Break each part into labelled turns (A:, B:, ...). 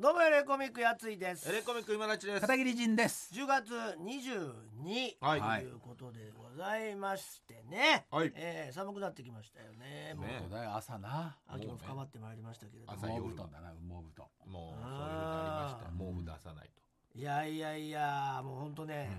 A: どうもエレコミックやついです
B: エレコミック今立ちです。
C: 片桐仁です。
A: 10月22
B: はい
A: ということでございましてね、
B: はい
A: えー寒くなってきましたよねもう
B: ね
C: そうだよ朝な。
A: 秋も深まってまいりましたけれども、
B: 朝
C: 羽
B: 夜
C: 毛布団だな、羽毛布団。
B: もうそういうのありまし
A: あ
B: た。
A: ー
B: もう出さないと。
A: いやいやいやもうほんとね、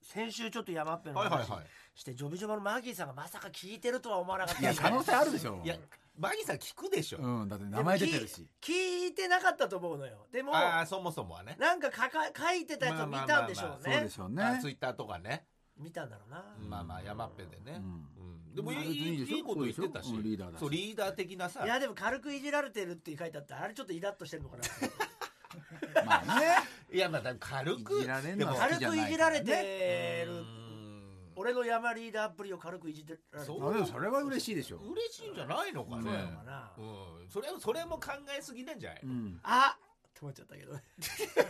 A: 先週ちょっと山っぺの
B: はいはい
A: 話
B: は
A: してジョビジョバのマーキーさんがまさか聞いてるとは思わなかった
C: いや、可能性あるでし
A: ょ
C: ょ
B: い。いや、バギーさん聞くでしょ。
C: うん、だって名前出てるし。
A: 聞いてなかったと思うのよでも
B: ああ、そもそもはね。
A: なんか書か書いてたやつを見たんでしょう
C: そうで
A: ね
C: しょう
B: あ
C: ね。
B: ツイッターとかね。
A: 見たんだろうな、
B: まあまあ、山っぺでね。
C: う
B: うんでもい
C: 別にいい
B: い
C: でしょ
B: いいこと言ってたし。
C: そうでしょうんリーダーだし
B: そう、リーダー的なさ
A: い。やでも軽くいじられてるって書いてあったあれちょっとイラッとしてるのかな
C: まあね。
B: いや、まあ、だ軽く。
C: いじられん
B: で
C: の
B: も
C: は
A: 軽くいじられて
B: う
A: る
B: ん
A: 俺の山リーダーっぷりを軽くいじってられて
B: そ
A: る
B: う
C: あでもそれは嬉しいでしょ。
B: 嬉しいんじゃないのかね
C: そうな
A: のかな
B: うんそれはそれも考えすぎなんじゃないの
C: うん。
A: あ止まっちゃったけ どね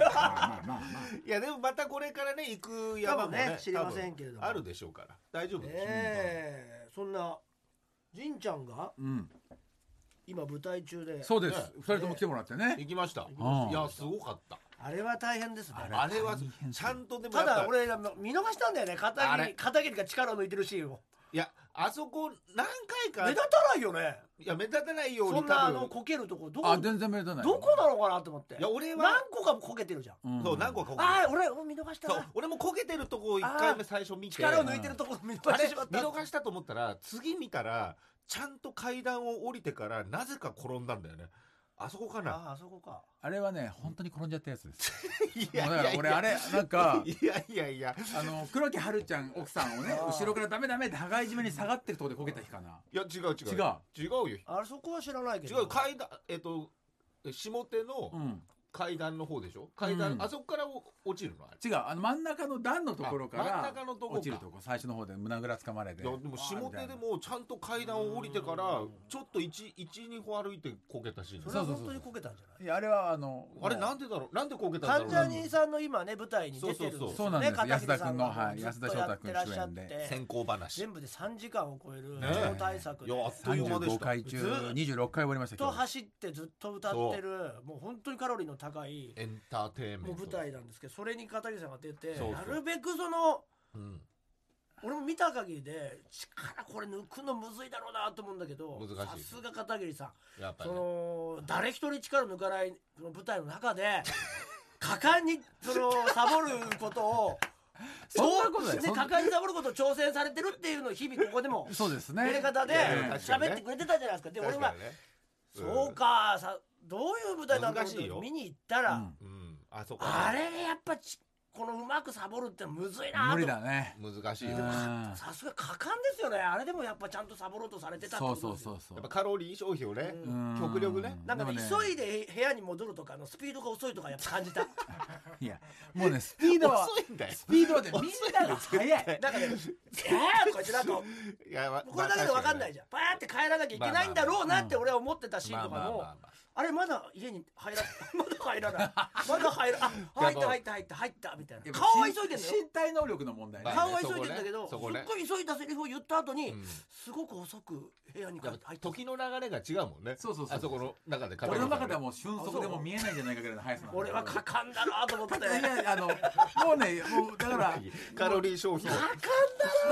C: まあまあまあまあ。
B: いやでもまたこれからね行く山も
A: かも
B: ね
A: ね知りませんけれども
B: 多分あるでしょうから大丈夫です
A: ええそんなじんちゃんが
C: うん。
A: 今舞台中で
C: そうです
B: ね。
C: 二人とも来てもらってね。
B: 行きました
C: ま
B: い
C: した
B: やすごかった
A: あれは大変ですね
B: あれは
C: 大変
B: ちゃんとでもや
A: た
B: っぱ
A: だ俺見逃したんだよね
B: あ
A: 片
B: れ
A: 桐片桐が力を抜いてるシーンを
B: いやあそこ何
A: 目
B: 回
A: 立
B: か
A: たないよね
B: いや目立たないよう
A: そ
B: に
A: んなあ
B: 多
A: の
B: 分
A: こけるとこどこ
C: あ、全然目立たない。
A: どこなのかなと思って
B: いや俺は
A: 何個かこけてるじゃん
C: うん
B: そう何個かこけて
A: ああ俺見逃した
B: そう
A: な
B: 俺も焦げてるとこを一回目最初見て
A: 力を抜いてるとこ見逃し
B: あ
A: て
B: れ
A: しまっ
B: 見
A: た
B: 逃したと思ったら次見たらちゃんと階段を降りてからなぜか転んだんだよねあそこかな
A: ああそこか
C: あれはね、本当に転んじゃったやつです。
B: い
C: もうだから俺あれ、なんか、
B: いやいやいや
C: あの、黒木春ちゃん奥さんをね、
A: あー
C: 後ろからダメダメって羽交い締めに下がってるとこでこけた日かな。
B: いや違う違う
C: 違う
B: 違うよ
A: あそこは知らないけど
B: 違う階段えっと下手
C: う
B: の
C: ん。
B: 階段の方でしょ階段、
C: うん
B: あそこからお落ちるのあれ
C: 違う、あの真ん中の段のところか
B: あ真
C: ら
B: ん中のとこか
C: 落ちるとこ、最初の方で胸ぐらつかまれて。
B: いやでも下手でもちゃんと階段を降りてからちょっと12歩歩いてこけたし
A: それは本当にこけたんじゃない
C: いやあれはあの
B: あれなんんでだろうなんでこけたん
A: 関
B: だ
A: ジャ
B: ろうな
A: ニーさんの今ね舞台に出てるんですよね
C: そうなんです
A: 片桐さ
C: 安田君のはい
A: ずっとやってらっしゃって
C: 安田君主演で
B: 先行話
A: 全部で3時間を超える
B: ねえ
A: 超大作
B: いやあっという間でし
C: 35
B: た
C: 回中
A: ずー
C: 26回終わりまし
A: ずっ
C: たけ
A: と
C: ど
A: 走ってずっと歌ってるもう本当にカロリーの高い
B: エンターテインメン
A: もう
B: ト
A: 舞台なんですけどそれに片桐さんが出て
B: そう
A: な
B: そう
A: るべくその
B: うん
A: 俺も見た限りで力これ抜くのむずいだろうなと思うんだけど
B: 難
A: さ
B: しい
A: すが片桐さん
B: やっぱ
A: そ
B: りね
A: の誰一人力抜かないその舞台の中で 果敢にそのサボることを
C: そんなことない
A: で
C: そん
A: 果
C: な
A: 敢にサボることを挑戦されてるっていうのを日々ここでも
C: そうですね
A: やり方で
B: いやいや確かにね
A: 喋ってくれてたじゃないですかで俺
B: 確
A: は
B: かにね
A: そうかさどういう舞台なんだろうと
B: 難しいよ
A: 見に行ったら、
C: うん
B: うんあそこ
A: あれやっぱちこのうまくサボるってむずいなと
C: 無理だね
B: 難しいよ
C: うん
B: や
A: さすが果敢ですよねあれでもやっぱちゃんとサボろうとされてたって
C: そ
A: こ
C: うそ
A: と
C: う
A: ですよ
C: そうそう
B: っぱカロリー消費をね
A: うん
C: うん
B: 極力ね
A: なんかね
C: でも
A: 急いで部屋に戻るとかのスピードが遅いとかやっぱ感じた
C: いやもう ねスピードは
B: 遅いんだよ
C: スピードはねみんなが
B: 遅いんだ
C: 速
B: よ
C: い
A: なんかね「えーこいつなん か
B: いやま
A: これだけで分かんないじゃんパーって帰らなきゃいけないんだろうなって俺は思ってたシーン
B: まあ
A: とか
B: まあまあ
A: も
B: まあまあ
A: あれまだ家に入らまだ入らない まだ入らあ入った入った入った入ったみたいな顔は急いでんだよ
C: 身体能力の問題
B: ま
C: ね
B: あ
A: 顔は急いでんだけどす
B: そ
A: っ
B: こ
A: ご
B: ねそこ
A: い急いだセリフを言った後に
B: うん
A: すごく遅く部屋に帰
B: や
A: っ
B: って
A: 入
B: ぱ
A: った
B: 時の流れが違うもんね
C: そうそうそう
B: あそこの中で
C: 俺の中では
B: も
C: もう瞬足でも見えないんじゃないかぐらいの速さなんだ
A: 俺は果敢だなと思って
C: いやあのもうねもう だから
B: カロリー消費を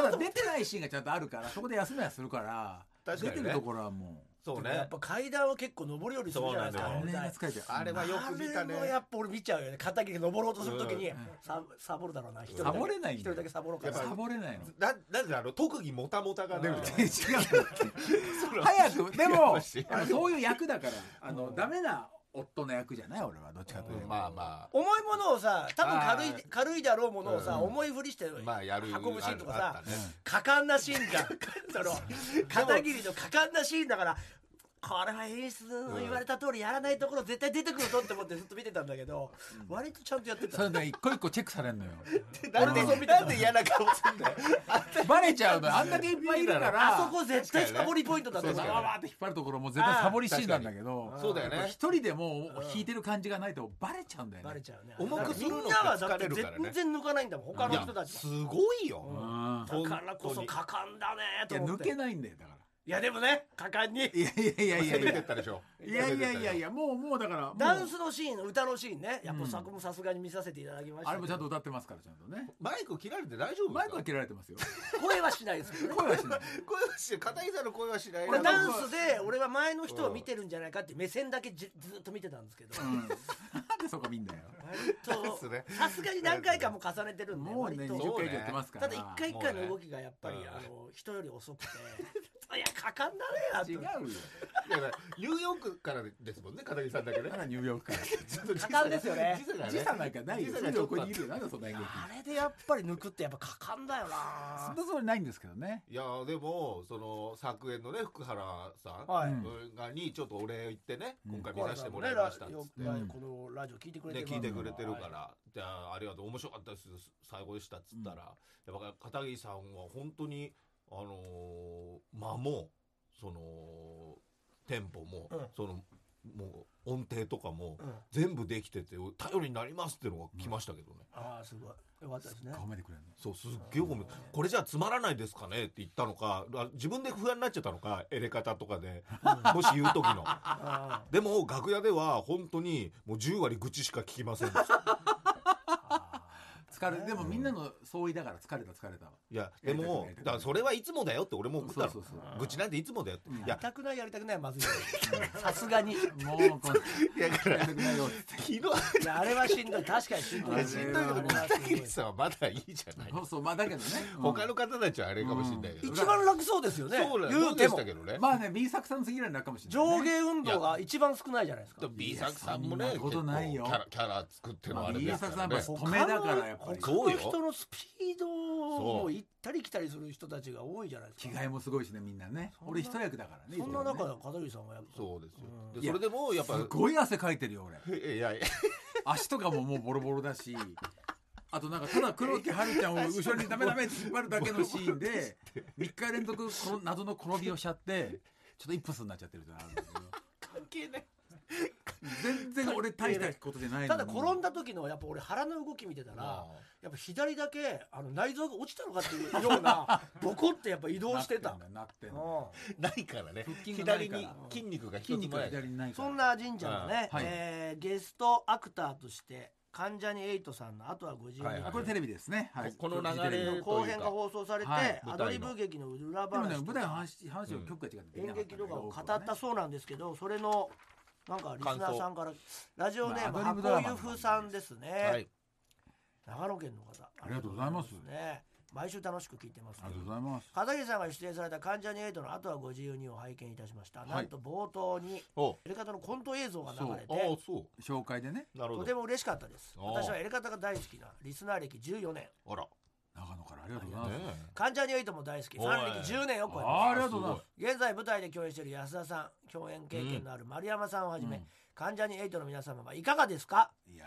C: まだ出てないシーンがちゃんとあるからそこで休みはするから
B: 確かにね
C: 出てるところはも
B: そう
A: や
B: ね
A: っぱ階段は結構上り下りするじゃないです
C: う
A: か
B: そうな
C: 年
A: みた
B: ん
A: いな
C: が疲れちゃう
B: あれはよく見たね
A: あれもやっぱ俺見ちゃうよね片桐登ろうとするときに
B: うん
A: ササボるだろうな一人だけ
C: サボれないん
A: 一
C: だ
A: 人
C: よ
A: だけサボろうか
B: やっぱ
A: な
C: サボれないの
B: ななんであの特技もたもたが出るじゃん
C: 違う早くでもあのそういう役だからあのダメな夫の役じゃない俺はどっちかというと、
B: うんまあま
A: 重いものをさ多分軽い
B: あー
A: 軽いだろうものをさ
B: うん
A: 重いふりして
B: あまあやる
A: 運ぶシーンとか
B: あ
A: さ
B: ったね
A: 果敢なシーン じゃんその片桐の果敢なシーンだからこれは演出の言われた通りやらないところ絶対出てくるぞって思ってずっと見てたんだけど割とちゃんとやって
C: そ
A: た
C: れで一個一個チェックされるのよ
B: なんでなんで嫌な顔すんだよ
C: バレちゃうのよあんだけいっぱいいるから
A: あそこ絶対サボりポイントだと
C: そう
A: 思う
B: 確か
C: わ
B: にね
C: わわって引っ張るところも絶対サボりシーンなんだけど
B: そうだよ
C: やっぱ
B: ね
C: 一人でもう引いてる感じがないとバレちゃうんだよね
A: バレちゃうね
B: 重くするの
A: み
B: っ
A: ん
B: て
A: なはだっ
B: 疲
A: て
B: れるからね
A: 全然抜かないんだもん他
B: い
A: の
B: や
A: 人たち
B: すごいよ
C: うん
A: だからこそ果敢だねと
C: いや
A: 思っ
C: 抜
A: て
C: けないんだよだから
A: いいやでもね果敢に
C: いやいやいやいや
B: 攻
C: い
B: め
C: や
B: てったでしょ
C: いやいやいやいやもうもうだからもう
A: ダンスのシーン歌のシーンねやっぱ
C: うん
A: 作もさすがに見させていただきました
C: あ
A: け
C: れ
A: ど
C: もちゃんと歌ってますからちゃんとね
B: マイク切られて大丈夫
C: マイクは
B: ですか
C: 切られてますよ
A: 声はしないですけどね
C: 声はしない
B: 声はして片井さんの声はしない
A: 俺
C: 俺
A: ダンスで俺は前の人を見てるんじゃないかって目線だけじずっと見てたんですけど
C: うんなんでそこ見んだよ
A: 割
B: す
A: と
B: ね
A: さすがに何回かも重ねてるんで
C: もう
A: 割
C: ね
A: と
C: 20回以上やってますから
A: ただ一回一回の動きがやっぱり、
B: もうね
A: あの人より遅くて いやかかんだねや
C: 違うよ
B: いやだからニューヨークからですもんね片木さんだけ ね
C: だからニューヨークから
B: ちょっと時差
A: かかんですよね
B: 時差がね
C: 時差なんかない
B: 時
C: よ
B: 差
C: す
B: が
C: ぐ
B: ちょっと
C: 横にいるよなんだそんな動き
A: あれでやっぱり抜くってやっぱかかんだよ
C: そ
A: な
C: んなつもりないんですけどね
B: いやーでもその昨年のね福原さん
A: はい、
C: うん
B: がにちょっとお礼言ってね、
C: うん
B: 今回見させてもらいましたっつ
A: よ
B: って、
A: く
C: うん
A: このラジオ聞いてくれて
B: ね
A: る
B: 聞いてくれてるから、
A: は
B: じゃあありがとう面白かったです最後でしたっつったら、やっぱ片桐さんは本当にあのー間もそのテンポも、
A: うん
B: そのもう音程とかも、
A: いうん
B: 全部できてて頼りになりますっていうのが来ましたけどね、
A: ああすごいよかったですね
C: 顔めてくれる
B: そうすっげえごめんこれじゃつまらないですかねって言ったのかあ自分で不安になっちゃったのかエレ方とかでもし言う時の
A: あ
B: でも楽屋では本当にもう10割愚痴しか聞きま せんでした
C: の疲れでもみんなの相違だから疲れた疲れた
B: いやでも
C: やりたくない
B: だからそれはいつもだよって俺も送った
C: そう
B: の
C: そうそう
B: 愚痴なんていつもだよって、
C: うん
B: い
A: や
B: や
A: りたくないやりたくないは まずいよさすがにい
C: もうこの
B: いやだから
C: やりたくないよって
B: 昨日
A: やあれはしんどい確かにしんどい
C: いや
B: しんどいけど
A: あれはし
B: 片
A: んどい
B: 桐さんはまだいいじゃない、
C: そうそうまあだけどねうん
B: 他の方たちはあれかもしれないけど、
A: 一番楽そうですよね
B: そうなん
A: 言うて
B: でし
A: も
B: たけどね、
C: まあね B 作さん次ぐらいになるかもしれない
A: 上
C: ね
A: 下運動が一番少ないじゃないですか
B: B 作さんもね
C: いやそんなことないよ
B: 結構キャラキャラ作ってのあれです
C: B
B: か
C: 作
B: ら
C: さん
B: ね
C: やっぱ止めだからやっぱり
A: 他の人のスピードを行ったり来たりする人たちが多いじゃないです
C: 着
A: か
C: 替えもすごいしねみんなね
A: そんな
C: 俺一役だからね
A: そんない
C: つ
A: 中
C: もね
A: で片桐さんはやっぱ
B: そうです
A: う
B: よ、
A: ん
B: でそれでもやっぱ
C: すごい汗かいてるよ 俺
B: いやいや
C: 足とかももうボロボロだしあとなんかただ黒木華ちゃんを後ろにダメダメって引っ張るだけのシーン で3日連続この謎の転びをしちゃってちょっと一歩数になっちゃってるってのがあるんだ
B: 関係ない
C: けど全然俺大したことじゃないの
A: た
C: に
A: だ転んだ時のやっぱ俺腹の動き見てたらやっぱ左だけあの内臓が落ちたのかっていうよう なボコってやっぱ移動してた
C: なってんだよなってんだよ
A: う
B: ないからね
C: 腹筋がな
B: 左
C: いから
B: に筋肉が一つ
C: 筋
B: も
C: 肉
B: な
C: が
B: い
C: 左にない
A: ん
C: から
A: そんな神社のね、
C: はい
A: えーゲストアクターとして関ジャニエイトさんの「あとは52人」
B: はい
C: あこれテレビですね、はい、
B: ここの流れ
C: テレビ
B: という
C: の
B: か
A: 後編が放送されて、
C: はい
A: アドリブ劇の裏
C: でもね
A: 話と
C: 舞台の
A: か
C: 話話を曲が違ってでき
A: 演
C: なかたんだ
A: 劇
C: けど
A: とかを語ったそうなんですけどそれのなんかリスナーさんからラジオネーム
C: まあアドリブドラ
A: 箱
C: マ
A: ゆ
C: の
A: ふさんですね、
B: はい
A: 長野県の方
C: ありがとうございます
A: ね毎週楽しく聞いてます
C: ありがとうございます
A: 片桐さんが出演された関ジャニエイトの後は52を拝見いたしました、
C: い
A: なんと冒頭に
B: お
A: エレカタのコント映像が流れ
B: ああ
A: て
B: そ
C: 紹介でね
B: うなる
A: と
B: ほ
A: て
B: ど
A: も嬉しかったです
B: あー
A: 私はエレカタが大好きなリスナー歴14年
B: あら
C: 長野からありがとうございます、
B: ね
A: 関ジャニエイトも大好きフ
B: おい
A: ァン歴10年を超えます
C: あーありがとうございます
A: 現在舞台で共演している安田さん共演経験のある丸山さんをはじめ、
C: うん
A: 関ジャニエイトの皆様はいかがですか
C: いや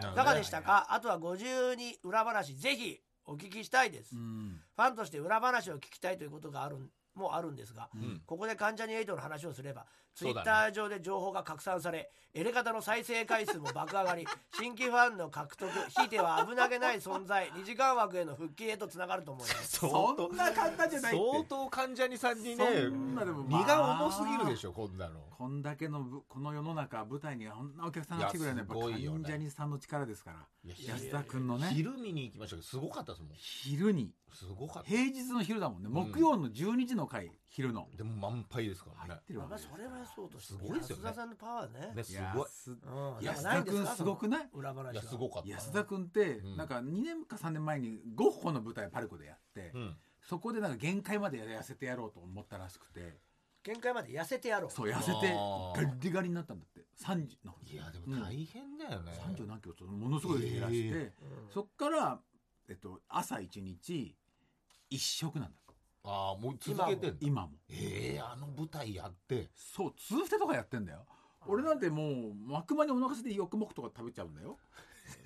B: なる
C: ー
B: ほ
A: い
B: ど
A: かがでしたか、あとは52裏話ぜひお聞きしたいです、
C: う
A: フ
C: ん
A: ァンとして裏話を聞きたいということがあるもあるんですが、
B: ん
A: ここで関ジャニエイトの話をすればツイ
B: そうだ
A: ッ
B: ね
A: ター上で情報が拡散され、エレカタの再生回数も爆上がり 新規ファンの獲得ひいては危なげない存在2時間枠への復帰へとつながると思います
B: 相
C: そんな簡単じゃないって
B: 相当患者にさんにね
C: そんなでもまあ
B: 荷が重すぎるでしょこんなの
C: こんだけのぶこの世の中舞台にこんなお客さんが来てくれるのはやっ
B: いやすご
C: ぱ
B: いよね
C: 患者にさんの力ですから
B: いや
C: 安田君のね
B: 昼見に行きましたけどすごかったですもん
C: 昼に
B: すごかった
C: 平日の昼だもんね
B: ん
C: 木曜の12時の回昼の
B: でも満杯ですから
C: 入
B: ね
C: ってるわ
A: まあ、
C: け
A: それはそうとして
B: すごいですよね
A: 安田さんのパワーね
B: ね
C: い
B: す
C: や
B: ごい
A: うん、なんか
C: 安
A: ない
C: 田
A: んです
C: 君
A: か
C: すごくない
A: その裏話
B: いや
A: が
B: すごかった
C: 安田君って
B: うん
C: なんか2年か3年前にゴッホの舞台パルコでやって
B: うん
C: そこでなんか限界まで痩せてやろうと思ったらしくて
A: 限界まで痩せてやろう
C: そう痩せて
B: あー
C: ガリガリになったんだって30なんか
B: いやでも大変だよね
C: 三十何キロとものすごい減らして、
B: え
A: うん
C: そっから、えっと、朝一日一食なんだ
B: ああもう続けてんだ
C: 今も
B: ええあの舞台やって
C: そう通ふてとかやってんだよ俺なんてもう幕間にお腹空いてよくもくとか食べちゃうんだよ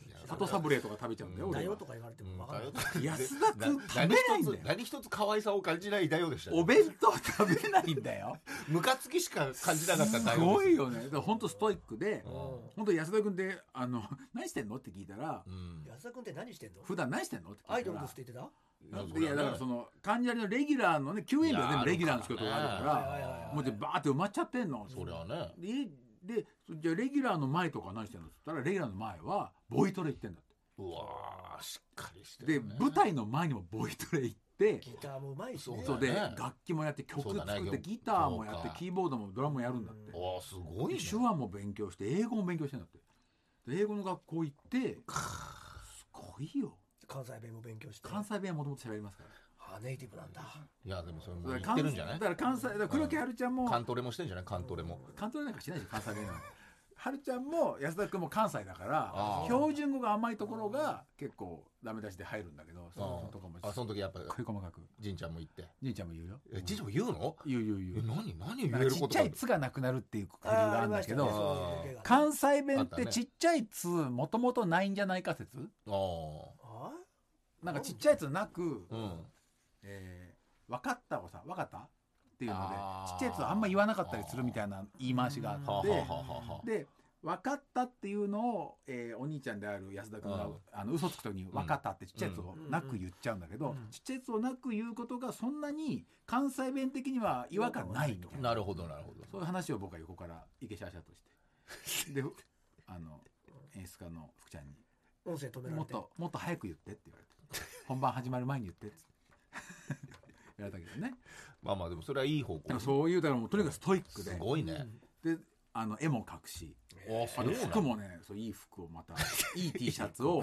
B: いや
C: 里サブレーとか食べちゃうんだよ、
B: うん
A: だ
C: 俺
A: よ
C: は
A: と。か言われて
B: う
A: も
B: ん
A: 分からない、
C: 安田君食べないんだよ
B: 何一つ何一つ可愛さを感じないだよでしたね
C: お弁当食べないんだよ。
B: ムカつきしか感じなかった
C: す
B: 大
C: ごい
B: よ、
C: よね。だから本当ストイックで、本当安田君って、あの、 何してんのって聞いたら
B: う、ん、
A: 安田君って何してんの
C: 普段何してんのって聞いたら。
A: アイドルですって言って
C: なんでいやだからその関ジャニのレギュラーのね救援日は全部レギュラーの仕事があ
A: い
C: る
A: やあるからねはいはい
C: か
A: はい
C: らもうでバーって埋まっちゃってんの
B: そりゃね
C: ででじゃあレギュラーの前とか何してんのって言ったらレギュラーの前はボイトレ行ってんだっ
B: うわーしっかりして
C: てで
B: るね
C: 舞台の前にもボイトレ行って
A: たギターもうまいしね
B: そう
C: そうで
B: だね
C: 楽器もやって曲
B: そうだね
C: 作ってギターもやっ
B: そう
C: て
B: か
C: キーボードもドラムもやるんだって
B: おーすごい
C: で
B: ね
C: 手話も勉強して英語も勉強してんだってで英語の学校行 ってすごいよ
A: 関西弁も勉強して
C: 関西弁はもともと喋りますから
A: あネイティブなんだ
B: いやでもそれも
C: だ
B: 言
C: から
B: ってるんじゃない
C: だから関西だから黒木はるちゃんも
B: 関東レもしてんじゃない関東レも
C: 関東なんかしないでしょ関西弁なのはるちゃんも安田君も関西だから
B: あー
C: 標準語が甘いところが結構ダメ出しで入るんだけどそのとこも
B: あその時やっぱ
C: こい細かく
B: じんちゃんも行って
C: じいちゃんも言うよ
B: えじいちゃんも言うの
C: 言う言う言
B: え
C: う
B: 何何言
C: な
B: え
C: ん
B: る
C: かち
B: こ
C: っ
B: と
C: ちゃい「つ」がなくなるっていう理由があるんだけ
B: あーありました
A: そういう
B: ね
C: ど
A: 例が
C: 関西弁っ
B: あった
C: て
B: ね
C: ちっちゃい「つ」もともとないんじゃないか説
B: ああ
A: あ
C: なんかちっちゃい「つ」なく
B: うん
C: 「えーわかった」をさ「わかった?」っていうので
B: あー
C: ちっちゃい「つ」あんま言わなかったりするみたいな言い回しがあ
B: は
C: っ
B: あ、
C: て
B: はあはあはあ、
C: で分かったっていうのを、えーお兄ちゃんである安田君が、
B: うん
C: あの嘘つく時に「分かった」ってちっちゃいやつを
A: うん
C: なく言っちゃうんだけど、
A: うん
C: ちっちゃいやつをなく言うことがそんなに関西弁的には違和感ないみたいな
B: なるほどなるほど
C: そういう話を僕は横から池シャーシャーとして であの演出家の福ちゃんに
A: 音声止
C: 「
A: めら
C: も
A: れ
C: ってともっと早く言って」って言われて「本番始まる前に言って」っ つってやられたけどね
B: まあまあでもそれはいい方
C: だから
B: 向
C: そういうだからもうとにかくストイック
B: す
C: で
B: ごいうね、
A: ん
C: であの絵も描くし
B: あ
C: あ
B: そう
C: の
B: な
C: 服もねそういい服をまたいい T シャツを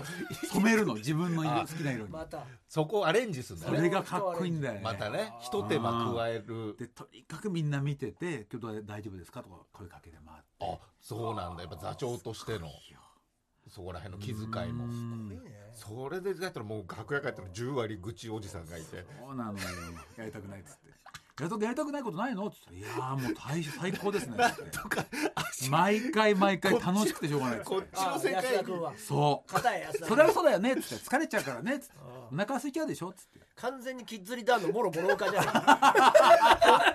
C: 染めるの自分の色
B: あ
C: 好きな色に
A: また
B: そこをアレンジするんだ
C: そ
B: ね
C: れがかっこいいんだよね
B: またねひと手間加える
C: でとにかくみんな見てて「今日大丈夫ですか?」とか声かけて回って
B: あそうなんだやっぱ座長としての
C: いや
B: そこら辺の気遣いも
C: うん
A: いいね
B: それでだったらもう楽屋帰ったら10割愚痴おじさんがいて
C: そうなのよやりたくないっつって「やりたくやりたくないことないの?」っつって「いやーもう大最高ですね」っつって
B: とか足
C: 毎回毎回楽しくてしょうがないっつ
B: こ
C: っ
B: ってちの世
A: あ安
B: 界
A: 田
B: に
A: 君は
C: そ
A: 硬い安田君
C: うそれはそうだよねっつって疲れちゃうからねっつって
A: あ
C: お腹空いちゃうでしょっつって
A: 完全にキッズリダーンのもろボロカじゃな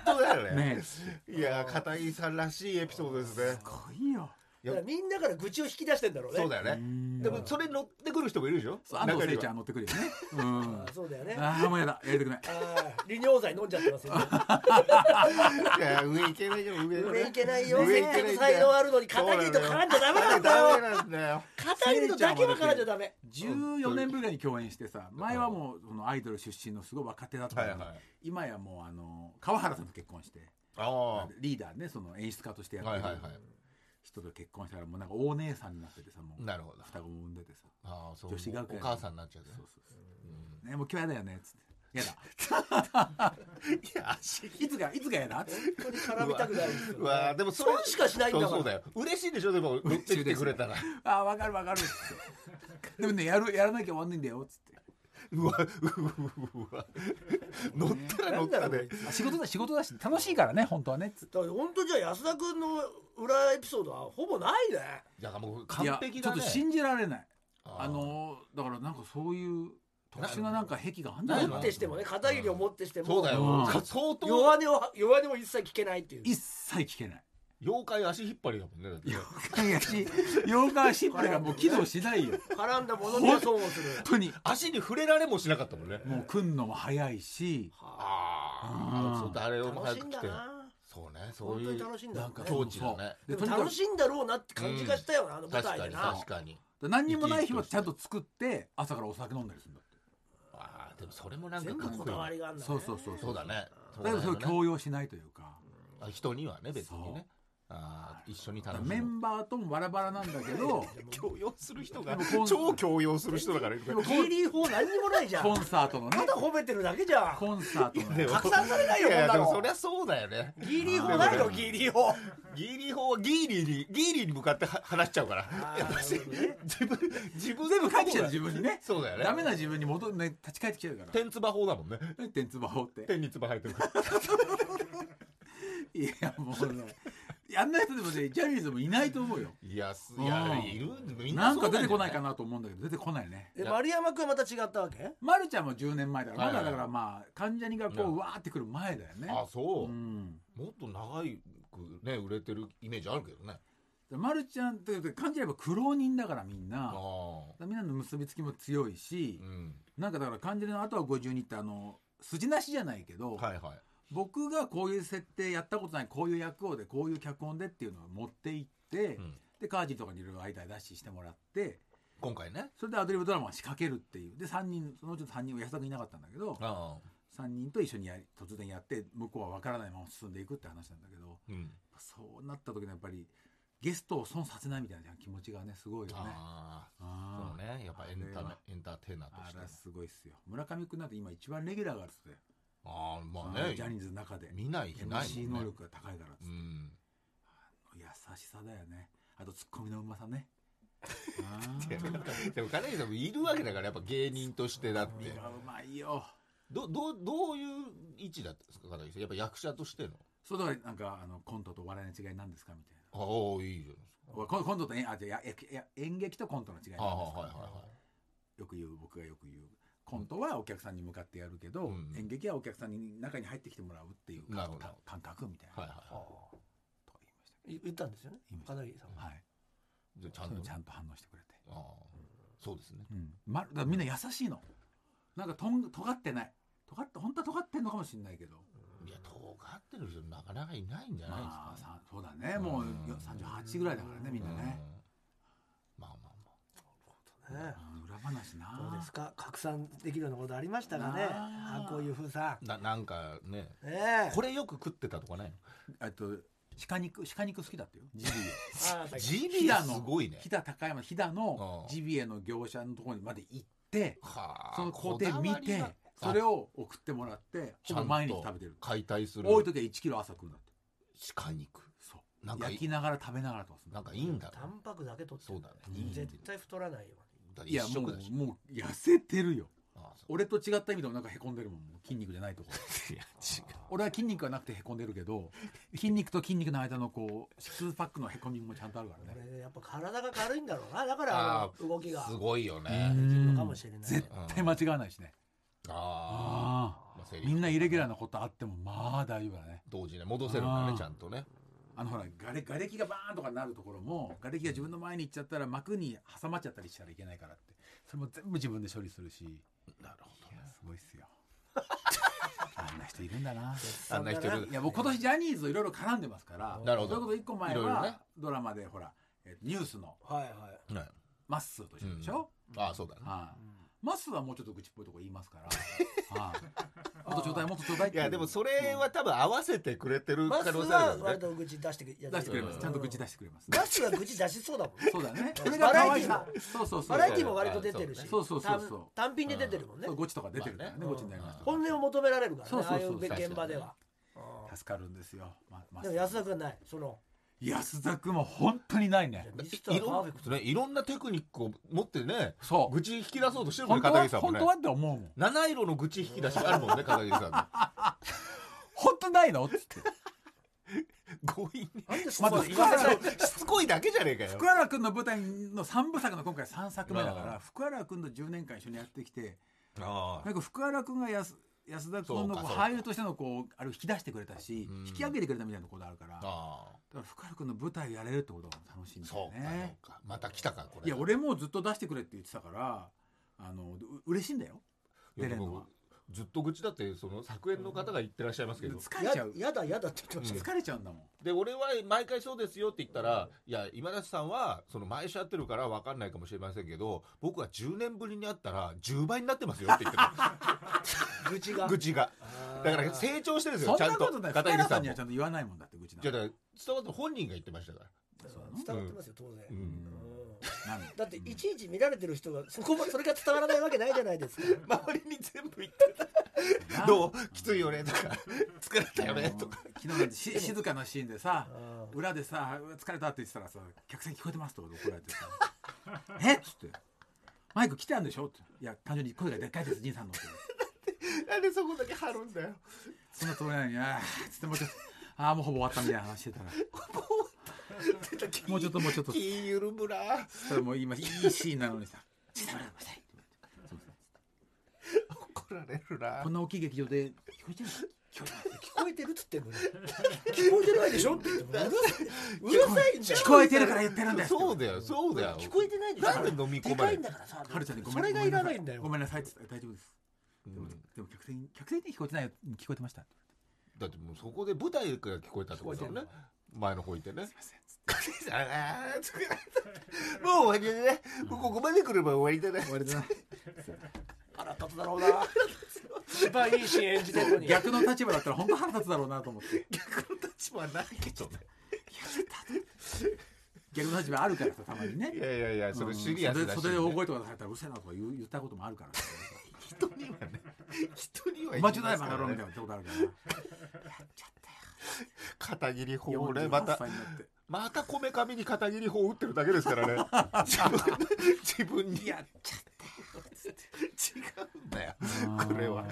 A: い
B: 本当だよね
C: ねえす
B: いやー片井さんらしいエピソードですね
C: ごいよ
A: だからみんなから愚痴を引き出してんだろうね
B: そうだよね
C: ん
B: でもそれ乗ってくる人もいるでしょ
C: そう安藤
B: 中に
C: 聖
B: は
C: ちゃん乗ってくるよね うん
A: あーそうだよねあ
C: ああもうやだやりたくない
A: ー利尿剤飲んじゃってます よ
B: いや上行けないよ上
A: 上行けないよ
B: 上行けない
A: せっかく才能あるのに片桐と絡んじゃダメなんだよ
B: ダメなんだよ
A: 片桐とだけは絡んじゃダ メ
C: 14年ぶりぐらいに共演してさ前はもうそのアイドル出身のすごい若手だったのに、
B: はいはい
C: 今やもうあの川原さんと結婚して
B: あ
C: リーダーねその演出家としてや
B: あ
C: って
B: はい
C: る
B: はいはい
C: 人と結婚したらもうなんか大姉さんになっててさもう
B: なるほど
C: 双子も産んでてさ
B: ああそう
C: 女子学園
B: お母さんになっちゃうね
C: そうそうそう、ね、もう今日やだよねっつってやだ
B: いや足
C: いつがいつがやだっつって
A: 本当に絡みたくなるんですよ
B: うわーでもそれ
A: 損しかしないんだから
B: そうそうだよ嬉しいでしょでも乗ってきてくれたら
C: ああわかるわかるっつ ってでもねやるやらなきゃ終わんないんだよっつって
B: うわううわ乗ったら乗ったで
C: あ仕事だ仕事だし楽しいからね本当はねっつって
A: だから本当じゃあ安田君の裏エピソードはほぼないね
B: いやもう完璧だね
C: いやちょっと信じられない
B: あー
C: あのーだからなんかそういう特殊ななんか癖があんだ
B: ない
C: よ
B: の
A: 持ってしてもね片桐を持ってしても
B: そうだよ
C: うん
B: 相当
A: 弱音を弱音を一切聞けないっていう
C: 一切聞けない
B: 妖怪足引っ張りだもんねだって
C: いやし妖怪シンプルがもう起動しないよ
A: 絡んだものには損をする
C: 本当に
B: 足に触れられもしなかったもんね
C: もう来んのも早いし
A: は
B: あ
C: うん
B: あそう誰を
A: あ
B: も
A: 楽
B: 早
A: しいん
B: く
A: だ
B: 来て
A: な
B: そうねそう
A: 本当
B: い
A: に
B: う
A: 楽しいんだ
C: な
A: ろう
C: んか
A: ね
B: 境地だね
A: で
C: で
A: も
C: とにか
A: 楽
C: く
A: しいんだろうなって感じがしたよな、あの舞
B: 確か
A: 台で
B: に
A: な
B: 確かに
C: 何にもない日はちゃんと作って朝からお酒飲んだりするんだって
B: ああでもそれもなんか
A: 全
B: かっ
A: 部こ
B: こい
A: だ
B: い
A: わ
B: ね
A: りがあるんだ、ね、
C: そうそうそう
B: そうだね
C: だからそれを
B: うだよね
C: 強要しないというか
B: あ人にはね別にねああ一緒に
C: だ
B: 楽
C: か
B: し
C: ら
B: む
C: メンバーともバラバラなんだけど
B: 強要する人が
C: でもこう
B: 超強要する人だから
A: もう
B: い
A: ギリー法何にもないじゃん
C: コンサートのね
A: ただ褒めてるだけじゃん
C: コンサートのね
B: でも
A: 拡散されないよ
B: やいや
A: こん
B: で
A: なの
B: もそりゃそうだよね
A: ギリー法ないよ
B: でも
A: ギリー法
B: ギリ法はギリにギリに向かっては話しちゃうから
A: あー
B: やっぱし
A: なるほどね
B: 自分自分
C: 全部書いてきちゃう自分にね
B: そうだよね
C: ダメな自分に戻るね立ち返ってきちゃうから
B: 天唾法だもんね
C: 何天つばほって
B: 天に唾入ってる
C: いやもうねやんない人でもねジャニーズもいないと思うよ
B: いやす
C: うん
B: いやいるみん
C: な
B: なんそう
C: か出
B: じ
C: て
B: ゃ
C: こないかなと思うんだけど出てこないね
A: え丸山君はまた違ったわけ
C: まるちゃんも10年前だから
B: は
C: ま
B: いは
C: だ
B: い
C: だからまあ関ジャニがこ
B: う
C: うんわーってくる前だよね
B: あそう、
C: うん
B: もっと長いくね売れてるイメージあるけどね
C: まるちゃんって関ジャニは苦労人だからみんな
B: ああ
C: みんなの結びつきも強いし
B: う、ん
C: なんかだから関ジャニの後は52ってあの筋なしじゃないけど、
B: はいはい
C: 僕がこういう設定やったことないこういう役をでこういう脚本でっていうのを持っていって、
B: うん
C: でカージとかにいろいろ間出ししてもらって
B: 今回ね
C: それでアドリブドラマを仕掛けるっていうで3人そのうちの3人は安田君いなかったんだけど
B: ああ
C: 3人と一緒にやり突然やって向こうは分からないまま進んでいくって話なんだけど
B: うん
C: そうなった時のやっぱりゲストを損させないみたいな気持ちがねすごいよね。
B: ああ
C: あ
B: そ
C: ー
B: うねやっぱエンタメエンターテイナーと
C: あ
B: して
C: らすごいっすよ村上君なんて今一番レギュラーがあるっつって
B: ああまあ
C: あの
B: ね
C: ジャニーズの中で
B: 見ない日ないも
C: MC
B: んね
C: 能力が高いからっつ
B: う
C: って
B: ん
C: 優しさだよねあとツッコミのうまさね
B: でもでも金井さんもいるわけだからやっぱ芸人としてだっ
C: ツッコミ
B: て
C: がうまいよ
B: どどうどういう位置だったんですか金井さんやっぱ役者としての
C: そうだからなんかあのコントとお笑いの違いなんですかみたい
B: ああいいじゃないです
C: なコンコントとえんあじゃあややや演劇とコントの違いなんです
B: かあ
C: か
B: あはいはいはい
C: よく言う僕がよく言うコントはお客さんに向かってやるけど、
B: うん
C: 演劇はお客さんに中に入ってきてもらうっていう
B: な
C: 感
B: るほど
C: 感感覚みたいな、
B: はいはい
A: あ
B: は
C: とか
A: ー
C: 言いまし
A: い言ったんですよね
C: 言いました
A: 片桐さん
C: た
A: は
C: はい
B: いでちゃ
C: そ
B: ん
C: うい
B: と
C: うのち
B: ね
C: ゃんと反応してくれて、
B: ああそうですね
C: うんま、だからみんな優しいのなんかとん尖ってない尖って本当は尖ってんのかもしれないけど
B: いや尖ってる人なかなかいないんじゃないです
C: ま
B: か
C: あ
B: ね
C: さそうだねも
B: う
C: う
B: ん
C: よ38ぐらいだからねみんなね、
B: うんまあまあまあ
A: なるほどね
C: うん裏話な
A: どうですか拡散できるようなことありましたかね
C: あー
A: あこういう風さ
B: ななんかね
A: ねえ
B: これよく食ってたとかない
C: えっと鹿肉鹿肉好きだったよジビ
A: あー
B: の
A: さっき
B: ジビエすごい
C: エ
B: ね
C: 飛騨高山飛騨の
B: うん
C: ジビエの業者のところにまで行って
B: はあ
C: その工程
B: こ
C: 見
B: だわり
C: て
B: が
C: それを送ってもらって
B: ち
C: ほ
B: ゃん
C: ぼ
B: と
C: 毎日食べてる
B: 解体する
C: 多い時は1キロ朝食うんだって
B: 鹿肉
C: そ
B: なん
C: う
B: かい
C: 焼きながら食べながらとかする
B: なんかいいんだ
A: タンパクだけ取って
B: そうだね
C: うん
A: 絶対太らないよ
B: だ
C: いや
B: 一
C: もう
B: 食だし
C: もう痩せてるよ
B: ああそう
C: 俺と違った意味でもなんかへこんでるもんもう筋肉じゃないとこ
B: いや違う
C: 俺は筋肉がなくてへこんでるけど筋肉と筋肉の間のこうスーパックのへこみもちゃんとあるからね
A: 俺ねやっぱ体が軽いんだろうなだか
B: あ
A: らあ
B: ー
A: の動きが
B: すごいよ
C: う
B: ね
C: ん
A: できるのかもしれない
C: 絶対間違わないしね
B: あ
C: あ
B: あまあセ
C: あ
B: リフ
C: みんなイレギュラーなことあってもまあ大丈夫だね
B: 同時に戻せるんだ
C: あ
B: ね
C: あ
B: ちゃんとね
C: あのほらがれ瓦礫がバーンとかなるところも瓦礫が自分の前に行っちゃったら幕に挟まっちゃったりしたらいけないからってそれも全部自分で処理するし
B: なるほど
C: すごいっすよ あんな人いるんだな
B: あんな人いる
C: いや僕今年ジャニーズいろいろ絡んでますから
B: なるほど
C: それこそ一個前
B: いろいろね
C: はドラマでほら、えニュースの
A: はいはい
B: ね
C: まっすーと一緒でしょ、
B: ああそうだね
C: はい、マスはもうちょっと愚痴っぽいとこ言いますから。はい。
A: あー
C: もっとちょうだい、もっとちょうだいっ
B: い
C: てう。
B: やでもそれは多分合わせてくれてる
A: マ
B: 可
A: ス
B: 能性あ
A: は
B: るよ
A: 割
B: ね
A: と愚痴出してくれ
C: 出してくれま
B: う
C: す。
B: ん
C: ちゃんと愚痴出してくれます。
A: マスは愚痴出しそうだもんね
C: そうだね。
A: うん
C: それが可愛い
A: バラ
C: な。そうそうそ
A: バ
C: う。
A: ラエティも割と出てるし
C: そうそうそうそう
A: 単単品で出てるもんね
C: そう、ゴチとか出てるから
B: ま
C: ね。
A: あね
C: ゴチになりましたから。
A: 本音を求められるから
C: そう
A: ねあ
C: そ
A: あ
C: う
A: い
C: そう
A: う現場では
C: 助かるんですよ。ま
A: う
C: ま
A: んで
C: っ
A: すも
C: ー
A: 安田君ないその
C: 安田君は本当にないね。
A: ミスタ
B: い
A: ー
B: ろ
A: パー
B: ん
A: フェ
B: な
A: ク
B: ねいろんなテクニックを持ってね
C: そう
B: 愚痴引き出そうとしてるもん
C: 本
B: ね片桐
C: 当は、
B: さんも
C: 本
B: ね
C: 当はって思うもん。
B: 七色の愚痴引き出しがある もんね片桐さ
C: 本当ないのつって。
B: ん強引に
A: トなんでそん
C: ま
A: な深
C: ず、
A: い
C: 福原
B: しつこいだけじゃねえかよ
C: 福原君の舞台の3部作の今回3作目だか
B: う
C: ら、福原君と10年間一緒にやってきて、
B: あ
C: なんか福原君が安安田君のこ
B: そう
C: う
B: かそうか
C: 俳優としてのこうあれを引き出してくれたし、
B: うん
C: 引き上げてくれたみたいなところあるからだか
B: あ
C: ら福原君の舞台をやれるってことが楽しいんだ
B: そ
C: よ
B: うか
C: ね
B: そうかまた来たかこれ
C: いや俺もずっと出してくれって言ってたからあのう嬉しいんだよ
B: いや
C: 出れんの
B: 僕
C: は
B: ずっと愚痴だってその作演の方が言ってらっしゃいますけど
C: 疲れちゃう
A: ややだやだって言ってまし
C: 疲れちゃうんだもん
B: で俺は毎回そうですよって言ったらいや今田さんはその毎週会ってるから分かんないかもしれませんけど僕は10年ぶりに会ったら10倍になってますよって言って た
A: た愚痴が
B: 愚痴が
A: あー
B: だから成長してるんです
C: そ
B: よ
C: ん
B: ちゃ
C: なんこととない
B: 片
C: 福
B: 桐
C: 原
B: さ
C: さ
B: ん
C: んに
B: も
C: はちゃんと言わないもんだって愚痴なん
B: じゃあだ
C: て
B: から伝わって本人が言ってましたから
C: そうなの
A: 伝わってますよ当然
B: う
A: うんん
C: なん
A: だっていちいち見られてる人がそこもそれが伝わらないわけないじゃないですか
B: 周りに全部言って
C: な
B: たどうきついよねとか疲れたよねとか
C: あの昨日なんてし静かなシーンでさ
A: うん
C: 裏でさ疲れたって言ってたらさ客さん聞こえてますとかで怒られて さ「えっ?」つって「マイク来たんでしょ?」って「いや単純に声がでっかいですじいさんの」って
B: なんでそこだけ張るんだよ
C: そんなつもりなのに「ああ」つってもうちょっと「ああもうほぼ終わったみたいな話してたらもうちょっともうちょっと
B: 気ゆるむな
C: それもう今いいシーンなのにさ「ちょっと待ってください」
B: 怒られるな
C: こんな大きい劇場で聞こえてる
A: 聞こえてるっつってんのに聞こえてないでしょって言ってうるさいうるさいんだよ
C: 聞こえてるから言ってるんだよ
B: そうだよそうだよ
A: 聞こえてないでしょ
B: なんで飲み込まれ
A: でかい
B: る
A: んだからさ
C: はるちゃんにごめ
A: そ
C: ん
A: れがいらないんだ
C: ご
A: よ
C: めんなさいごめんなさいって言ったら大丈夫です、
B: うん
C: でも客席に客席に聞こえてないよ聞こえてました
B: だってもうそこで舞台から聞こえたってことだよね
A: 聞こ
B: 前の方いてね
C: すいません
B: あー疲れた もう終わりだねもうここまで来れば終わりだね
C: 終わりだな
A: 腹立つだろうな一番いいシーン演じてるのに
C: 逆の立場だったら本当腹立つだろうなと思って
B: 逆の立場はないけどね
C: 逆の立場あるからさたまに ね
B: いやいやいやそれシリア
C: う
B: ス
C: ん
B: だし、ね、
C: 袖袖で大声とか出されたらうるせえなとか言う言ったこともあ るから
B: 人にはね人には
C: お
B: 言い
C: 待
B: ま
C: ち
B: す
C: だ
B: から
C: よバカ野郎みたい
B: ね
C: なことあるから
B: 片桐法をね
C: 48
B: また
C: 歳になって
B: またこめかみに片桐法を打ってるだけですからね自分で自分にやっちゃった違うんだよこれは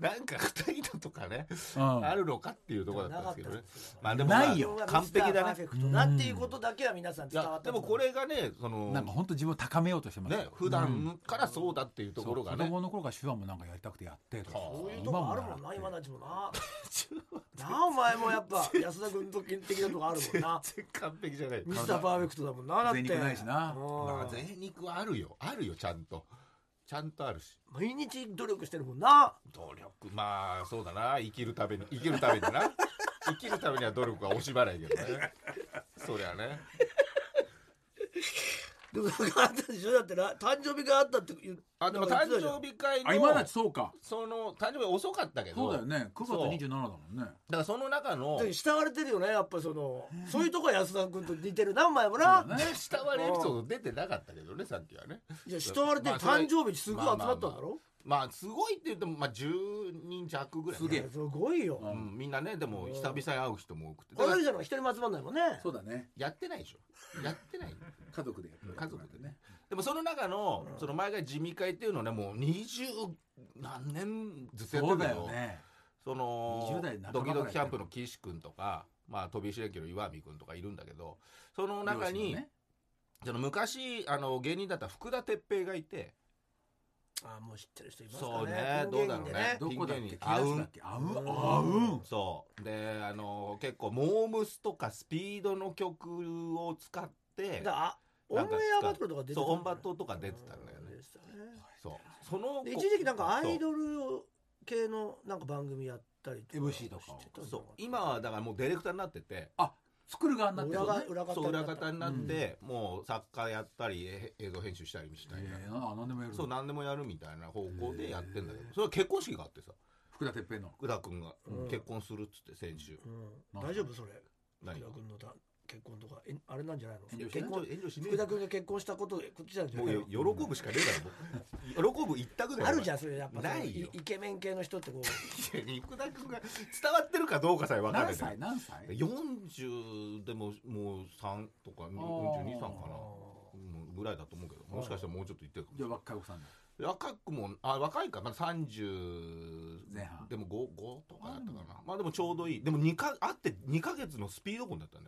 B: なんか二人だとかね
C: うん
B: あるのかっていうところだったんですけどね
A: なかったです
B: まあでもまあ
C: ないよ
B: 完璧だ
A: パー
B: ね
A: フェクトだっていうことだけは皆さん
B: い
A: 伝わ
B: や
A: った
B: でもこれがねその
C: なんか本当自分を高めようとしてますよ
B: ね普段からそうだっていうところが
C: そう子
B: ね
C: 供の頃から手話もなんかやりたくてやってとか
B: はあ
A: そういうとこあるもんな今
C: 今も
A: た
C: やって
A: ちもな なあお前もやっぱ安田君と的なとこあるもん
B: 全然
A: な
B: 完璧じゃない
A: ミスターパーフェクトだもんなだって
C: 全肉ないしな
A: うん
B: まあ贅肉はあるよあるよちゃんとちゃんとあるし
A: 毎日努力してるもんな
B: 努力まあそうだな生きるために生きるためにな生きるためには努力は惜しまないけどねそりゃね
A: でもなんかあったでしょだってな誕生日があったって言う
B: あでも誕生日会
C: あ今だ
B: の
C: ちそうか
B: その誕生日遅かったけど
C: そうだよね9月
B: そう
C: 27だもんね
B: だからその中の
A: で慕われてるよねやっぱそのそういうとこは安田君と似てる何枚も
C: そう
A: な
C: だね
B: 下割れエピソード出てなかったけどねさっきはね
A: じゃあ慕われてる
B: まあそれ
A: 誕生日すぐ集まったんだろ
B: まあすごいって言ってもまあ10人弱ぐらいね、
C: すげえまあまあ
A: すごいよ
C: あ
B: うん、みんなねでも
A: うん
B: 久々に会う人も多くてだ
A: こ
B: か
A: の
B: ら
A: 人の一人も集まんないもんね
C: そうだね
B: やってないでしょやってない
C: 家族でやってる
B: 家族でねでもその中の、その前が地味会っていうのねもう二十何年ずつやって
C: そ
B: る
C: うん
B: だ
C: だ
B: よ
C: よね
B: その
C: 20代半ば
B: ド
C: ぐら
B: キ
C: い
B: ドキキャンプの岸君とか、まあ、飛び石連休の岩見君とかいるんだけどその中に、
C: 両親のね
B: その昔あの芸人だった福田哲平がいて
A: あもう知ってる人いますかね
B: そうね
A: この芸
B: どうだ
A: 人
B: ろ
A: で
B: うね
C: どこだっけ
B: ピン芸人あうん
C: だっけあうんあうん
B: そうであの結構モームスとかスピードの曲を使って
A: だあオン
B: な
A: エ
B: んか
A: アバトルとか出てた
B: そうオンバトとか出てたんだよね
A: うん出てたね
B: そうその
A: で一時期なんかアイ
B: ル
A: ドル系のなんか番組やったりとか
C: MC とかを
A: してたんだ
B: そう今はだからもうディレクターになってて
C: 作る側になってる
A: 裏
C: の
A: が
C: ね
A: 裏方
B: そう裏
A: になった
B: 方になって、もう作家やったりえ映像編集したりみたいな、
C: ええな何でもやる
B: そう何でもやるみたいな方向でやってんだけどそれは結婚式があってさ
C: 福田てっぺんの
B: 福田君が
A: うん
B: 結婚するっつって先週、
A: うん大丈夫それ
B: 何
A: 福田君のた結婚とかえあれなんじゃないの
B: 遠慮し
A: 結
B: ない
A: 婚
B: 遠慮しねえ
A: 福田君が結婚したことでこっちなんじゃ
B: も
A: な
B: う
A: い
B: よ
A: の
B: 喜ぶしかねえだろもう喜ぶ一択だよ
A: あるじゃ
B: ん
A: んそれやっぱ
B: ないよ
A: イケメン系の人ってこう
B: 福田君が伝わってるかどうかさえ分からな
C: 何
B: い
C: 歳何歳
B: 40でももう3とか423かなうんぐらいだと思うけどもしかしたらもうちょっといってるかもし
C: じ
B: れ
C: ゃ
B: ない
C: あ若い子さんだ
B: 若くもあ若いかまだ30
C: 前半
B: でも 5, 五とかだったかな、まあでもちょうどいいでも2かあって2か月のスピード婚だったね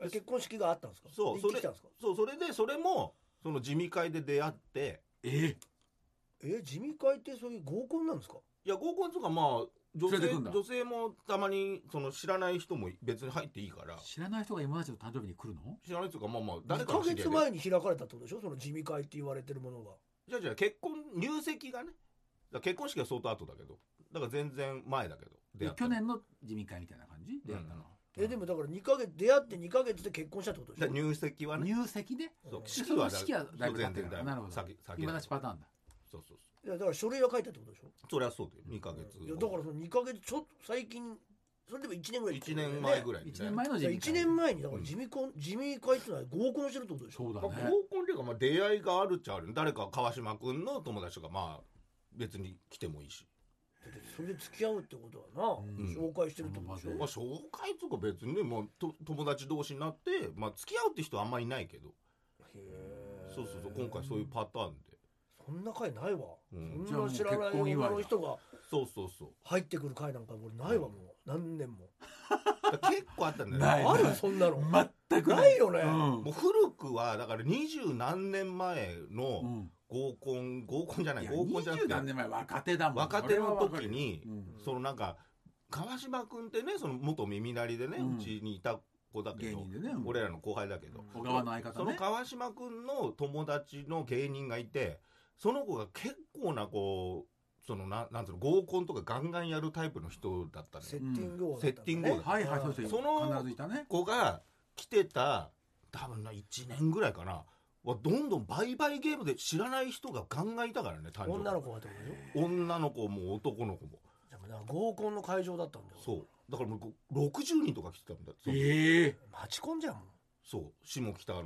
A: え結婚式があったんですか
B: そう
A: で行
B: そ
A: って
B: れ
A: きたんですか
B: そうそれでそれもその地味会で出会って
C: え
A: え地味会ってそういう合コンなんですか
B: いや合コンとかまあ女
C: 連れて
B: 性
C: くんだ
B: 女性もたまにその知らない人も別に入っていいから
C: 知らない人が今たちの誕生日に来るの
B: 知らない人がまあまあ誰
A: 2
B: かの
A: ヶ
B: 知り合い
A: 月
B: で
A: 前に開かれたってことでしょその地味会って言われてるものが
B: じゃあじゃあ結婚入籍がねだから結婚式は相当後だけどだから全然前だけど出会った
C: 去
B: の
C: 年の自民会みたいな感じでやったの、
A: えでもだから2ヶ月出会って2ヶ月で結婚したってことで
B: だ
A: し
B: か
A: ょ
B: ら入籍はね
C: 入籍で
B: そう
C: 式は式はだいぶ経
B: 全
C: って
B: 然だ
C: るから
B: いぶ
C: なるほど
B: 先先
C: 今
B: だ
C: だちパターンだ
B: そうそうそ
A: いやだから書類は書いたってことでしょ
B: うそりゃそうだよ2ヶ月
A: いやだからその2ヶ月ちょっと最近それでも1年ぐらい
B: 1年前ぐ
A: らい
B: らいにね
C: 1年前
A: 1年前
C: の自民会
A: にだから地味婚、地味会っていうのは合コンしてるってことでしょ
C: そうだ
B: まあ、合
C: ね
B: コンっていうか、まあ、出会いがあるっちゃある誰か川島君の友達とかまあ別に来てもいいし、
A: だってそれで付き合うってことはな、
B: うん
A: 紹介してるってことでしょ、
B: まあ、紹介とか別にね、まあ、と友達同士になって、まあ、付き合うって人はあんまりいないけど
A: へえ
B: そうそうそう今回そういうパターンで
A: そんな回ないわ、
B: うん
A: そんな知らない女の人が
B: そうそうそう
A: 入ってくる回なんか俺ないわもう何年も
B: だから結構あったんだよ
C: ない
A: あるそんなの
C: 全く
A: ないよね
C: うん
B: もう古くはだから二十何年前
C: う
B: の
C: ん
B: 合コン合コンじゃないい
C: や
B: 合コンじゃな
C: 20
B: くて
C: 何年前若手だもん
B: 若手の時に
C: それはわかるうん
B: そのなんか川島君ってねその元耳鳴りでね
C: うん
B: うちにいた子だけ
C: 芸
B: ど
C: 人でねうん
B: 俺らの後輩だけど
C: 小川の相方
B: そ
C: ね
B: の川島君の友達の芸人がいてその子が結構なこうそのななんつうの合コンとかガンガンやるタイプの人だったの
A: セ
B: よ
A: ッティング王だった
B: セッティング王だ
C: はいはいそううです
B: その
C: 必ずいたね
B: 子が来てた多分な1年ぐらいかなはどんどん売買ゲームで知らない人がガンガンいたからね誕生日
A: 女の子がってことでしょ
B: 女の子も男の子も
A: でもな合コンの会場だったんだよ
B: そうだからもうご60人とか来てたんだその
C: ええ
A: 待ち込んじゃんも
B: そう下北の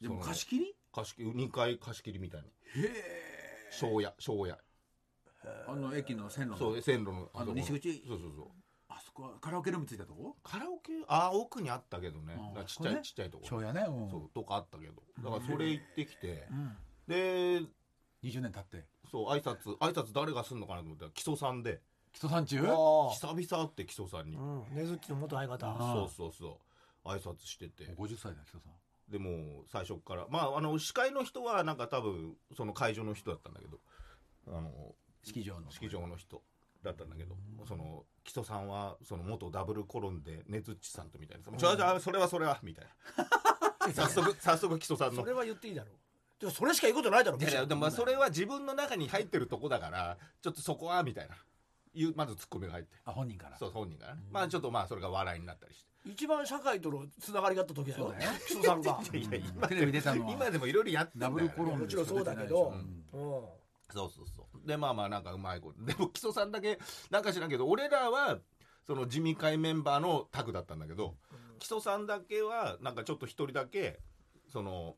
C: で
B: そ
C: も
B: の
C: 貸し切り
B: 貸し切り2回貸し切りみたいな
C: へえ
B: 庄屋庄屋
A: う
C: あの駅の線路の
B: そう線路の
C: あの
B: そこ
C: 西口
B: そうそうそう
C: あそこはカラオケルームついたとこ
B: カラオケああ奥にあったけどね
C: ああ
B: だからちっ
C: そ
B: ちゃ
C: こ
B: い、
C: ね
B: ちっちゃいとこ
C: うやねうん
B: そうとかあったけどだからそれ行ってきて
C: うん
B: で
C: 20年経って
B: そう挨拶挨拶誰がすんのかなと思ったら木曽さんで
C: 基礎山中
A: あ
B: 久々会って木曽さんに、
A: あうんねずっちの元相方
C: あ
B: そうそうそう挨拶してて
C: もう50歳だ基礎さん
B: でもう最初っからまああの司会の人はなんか多分その会場の人だったんだけどあの
C: スキー場の
B: 式場の人だったんだけど、その木曽さんはその元ダブルコロンでねずっちさんとみたいな「ちょちょそれはそれは」みたいな早速早速木曽さんの
A: それは言っていいだろうでもそれしか言うことないだろ
B: いやいやでもまあそれは自分の中に入ってるとこだからちょっとそこはみたいないうまずツッコミが入って
C: あ本人から
B: そう本人がね、まあちょっとまあそれが笑いになったりして
A: 一番社会とのつながりがあった時だよね
C: そ
A: 木曽
C: うだ
A: さんが
B: いやいや今
C: テレビ出たのは
B: 今でもいろいろやってんだよ
C: ダブ
B: ね
C: ルコロン
A: も
C: で
A: ち
C: し
A: ろ
C: か
A: んそうだけ
C: 出
A: ど
C: てないでしょうん
A: うん
B: そうそうそうでまあまあなんかうまいことでも木曽さんだけなんか知らんけど俺らはその地味会メンバーのタクだったんだけど、木曽さんだけはなんかちょっと一人だけその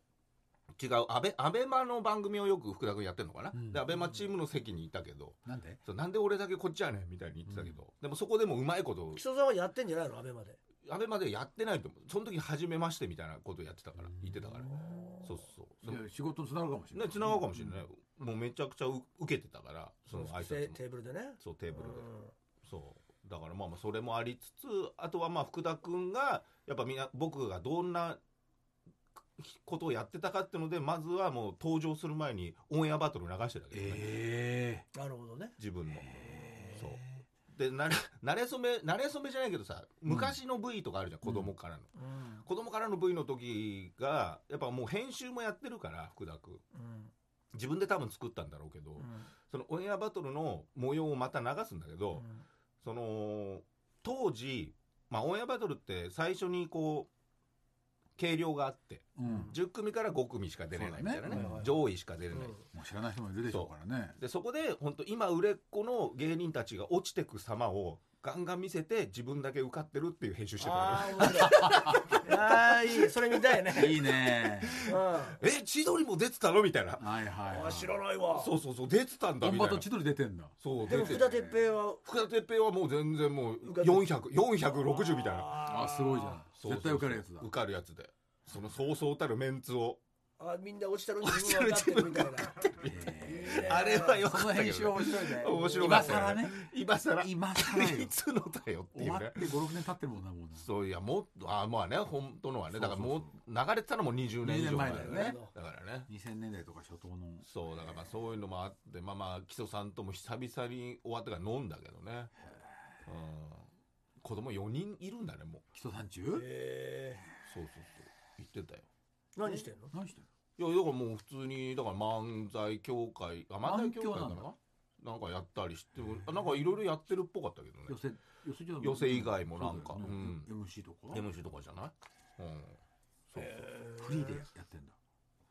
B: 違うアベアベマの番組をよく福田君やってるのかな、
C: うん
B: でアベマチームの席にいたけど、
C: なんで
B: そうなんで俺だけこっちやねんみたいに言ってたけど、でもそこでもうまいこと
A: 木曽さんはやってんじゃないのアベまで
B: アベマでやってないと思うその時初めましてみたいなことやってたから言ってたからそうそうそうでも
C: いや仕事につながるかもしれな
B: ね
C: い
B: 繋がるかもしれない、もうめちゃくちゃう受けてたからその挨
A: テ
B: 拶も
A: テーブルでね
B: そうテーブルで
A: うん
B: そうだからまあまあそれもありつつあとはまあ福田君がやっぱみんな僕がどんなことをやってたかっていうのでまずはもう登場する前にオンエアバトル流してたけどね、
C: え
A: なるほどね
B: 自分の
C: え
B: そうでなれ 慣れ初め慣れ初めじゃないけどさ昔の V とかあるじゃん、子供からの
A: うん
B: 子供からの V の時がやっぱもう編集もやってるから福田君
A: うん
B: 自分で多分作ったんだろうけど、
A: うん
B: そのオンエアバトルの模様をまた流すんだけ
A: う
B: ど、
A: ん
B: その当時、まあ、オンエアバトルって最初にこう計量があって
C: うん
B: 10組から5組しか出れないみたいなね
A: そうだねうん
B: 上位しか出れない、
A: うん
C: もう知らない人もいるでしょうからね
B: でそこで本当今売れっ子の芸人たちが落ちてく様をガンガン見せて自分だけ受かってるっていう編集してた
A: ああ面白いあーいいそれ見たいね
C: いいね
A: う
B: え千鳥も出てたのみたいな
C: はいはい
A: ん
C: は
A: あ
C: い
A: 知らないわ
B: そうそうそう出てたんだ
C: 本
B: みた
C: 場
B: いな
C: と千鳥出てんだ
B: そう
A: で
B: 出
A: も
B: て
A: 福田哲平は
B: 福田哲平はもう全然もう
A: 受かって
B: 400460みたいな
A: あ
C: あ
A: ー
C: すごいじゃん
B: そうそうそ
C: 絶
B: う
C: 対受かるやつだ
B: 受かるやつでそのそうそうたるメンツを
A: あみんな落ちたのに自分は勝ってるみたいな
C: え
A: いいね
B: あれはよかっ
C: ーこ
B: た
C: の
B: け
C: 編集
B: どね
C: 面白いね
B: 面白かった
C: 今更
B: よ
C: ね
B: 今更
C: 今更 よ
B: いつのだよってい
C: 終わ
B: う
C: っ
B: ね
C: て56年経ってるもんなもうな
B: そういやもっとあまあね本当のはねだから
C: そうそ
B: も
C: う
B: う流れてたのも20年以上前だよ
C: 20年
B: ね
C: 前だよね
B: だからね
C: 2000年代とか初頭の
B: そうだからまあそういうのもあってまあまあ木曽さんとも久々に終わってから飲んだけどねうん子供4人いるんだねもう
C: 基礎山中
A: え
B: そうそうそう言ってたよ
A: ー何してんの
C: 何してる
B: いやだからもう普通にだから漫才協会あ漫才協会か
C: 漫協なんだ
B: ななんかやったりしてあなんかいろいろやってるっぽかったけど
C: 寄
B: ね
C: せ寄せじゃ
B: 寄せ以外もなんか
C: そうだよね MC とか
B: MC とかじゃないうんそうそう
C: フリーでやってんだ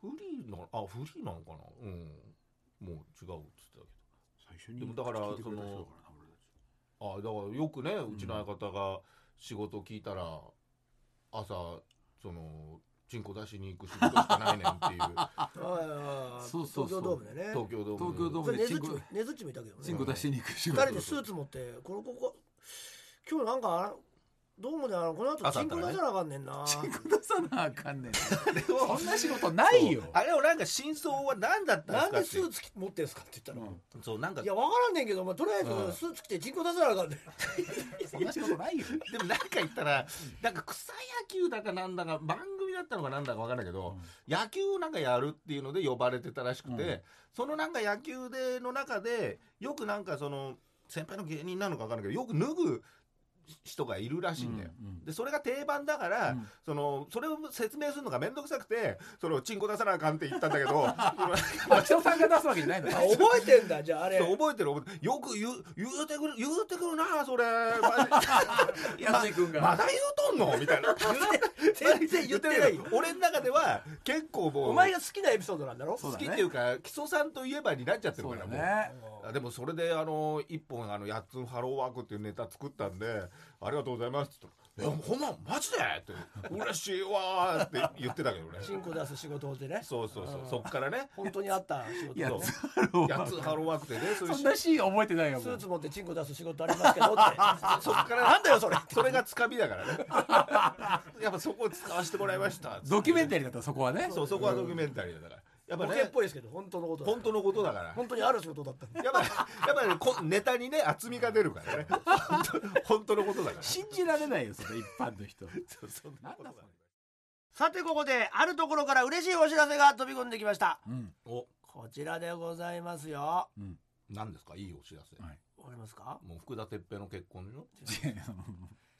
B: フリーなあフリーなのかなうんもう違うっつってたけ
C: 最初に
B: でもだから
C: 聞いてくれた人
B: その
C: だからな俺たち
B: どあだからよくねうちの相方が仕事聞いたら、朝そのチンコ出しに行く仕事しかないねんっていう
A: あー
C: そうそうそ
A: 東京
C: う
A: ドームでね
B: 東京ドーム
C: 東京ドーム
A: それ
C: で
A: ね
C: チ
A: ず
C: ン
A: っ
C: コ
A: ちねずっちもいたけど
C: チン
A: ね
C: コ出しに行く仕
A: 二
C: 事
A: 人でスーツ持ってこのここ今日なんかどうもねあのこの後
B: 朝
A: チ
B: あっ
A: ン
B: た
A: コ
B: らね
A: 出さなあかんねんな
C: チンコ出さなあかんねん。
B: を
C: そんな仕事ないよ
B: そう。あれをなんか真相は何だったんです
A: な
B: か
A: んで
B: って
A: スーツ着持ってんすかって言ったら、
C: うん
B: そうなんか
A: いやわからんねんけど、まあ、とりあえ
B: うん
A: ずスーツ着てチンコ出さなあかんねん、
C: そんな仕事ないよ。
B: でもなんか言ったらなんか草野球だかなんだか番組だったのかなんだか分からないけど、野球をなんかやるっていうので呼ばれてたらしくて、
C: うん
B: そのなんか野球での中でよくなんかその先輩の芸人なのか分からないけどよく脱ぐ人がいるらしいんだよ。
C: うんうん
B: でそれが定番だから、
C: うん
B: そのそれを説明するのが面倒くさくてそのチンコ出さなあかんって言ったんだけど
C: あ、人さんが出すわけじゃな いの
A: あ
C: ね。
A: 覚えてんだじゃああれ
B: そう覚えてる覚えてるよく言う言うてくる言うてくるなそれ
C: 安井君
B: ま
C: が。
B: だ言うとんのみたいな
A: 全然言ってないよ
B: 俺の中では結構もう
A: お前が好きなエピソードなんだろ
C: そう
B: 好
C: だ
B: き
C: ね
B: っていうか木曽さんといえばになっちゃってる
C: そ
B: か
C: うだ
B: らもう
C: ね。
B: あでもそれであの一本あの八つんハローワークっていうネタ作ったんでありがとうございますって言ったらいやほんまマジでって嬉しいわーって言ってたけどね
A: チンコ出す仕事でね
B: そうそうそうそっからね
A: 本当にあった仕事
C: いや
B: そう
A: ね
B: 八つんハローワークでねそういう
C: そんなシーン覚えてないよ。
A: ス
C: も
A: ー
C: う
A: ツ持ってチンコ出す仕事ありますけどって
B: そっから
A: なんだ よそれ
B: それがつかみだからね やっぱそこを使わせてもらいま した
C: ドキュメン
B: タ
C: タリーだったそこはね。
B: そうそこはドキュメンタリーだからやっぱ
A: ボケっ
B: ね
A: ぽいですけど本当のことだ
B: 本当のことだから
A: 本当にある仕事だったんで
B: やっぱやっぱねこネタにね厚みが出るから ね本当本当のことだから
C: 信じられないよ、その一般の人。
B: そうそんなことだから
A: さてここであるところから嬉しいお知らせが飛び込んできました
C: うん。
B: お
A: こちらでございますよわ
C: うん。
B: 何ですかいいお知らせ、
C: は
A: か
C: い
A: りますか
B: もう福田哲平の結婚よ
C: 違う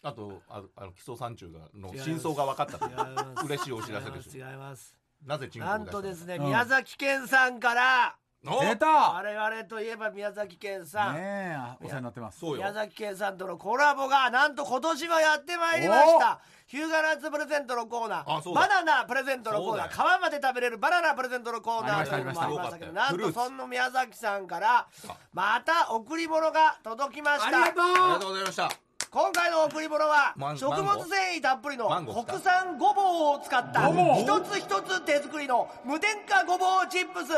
B: あとああの木曽三中がの
A: 違います
B: 真相が分かったと
A: 違います
B: 嬉しいお知らせで
A: 違
B: す
A: います
B: なぜチンコを
A: な
B: 出
A: ん
B: した
A: とですね、
C: うん
A: 宮崎県さんから
B: お
C: 出た
A: 我々といえば宮崎県さん、
C: ねえ、あお世話になってます。
B: そうよ
A: 宮崎県さんとのコラボがなんと今年もやってまいりましたヒューガナッツプレゼントのコーナ
B: あ
A: ー
B: そうだ
A: バナナプレゼントのコーナー
B: そう
A: 皮まで食べれるバナナプレゼントのコーナ
C: あ
A: ー
C: り
A: と
C: ま
A: いう
C: した
A: のもありましたけどな
B: あ
A: ん
B: りま
A: と
B: した
A: そんな宮崎さんから
B: あ
A: また贈り物が届きまし
C: あ
A: た
C: りが
B: ありが
C: と
B: と
C: う。
B: うございました
A: 今回の贈り物は
B: マン
A: 食
B: マン
A: 物
B: ゴー
A: 繊維たっぷりの
B: マンゴーですか
A: 国産ごぼうを使った
C: ごぼう
A: 一つ一つ手作りの無添加ごぼうチップス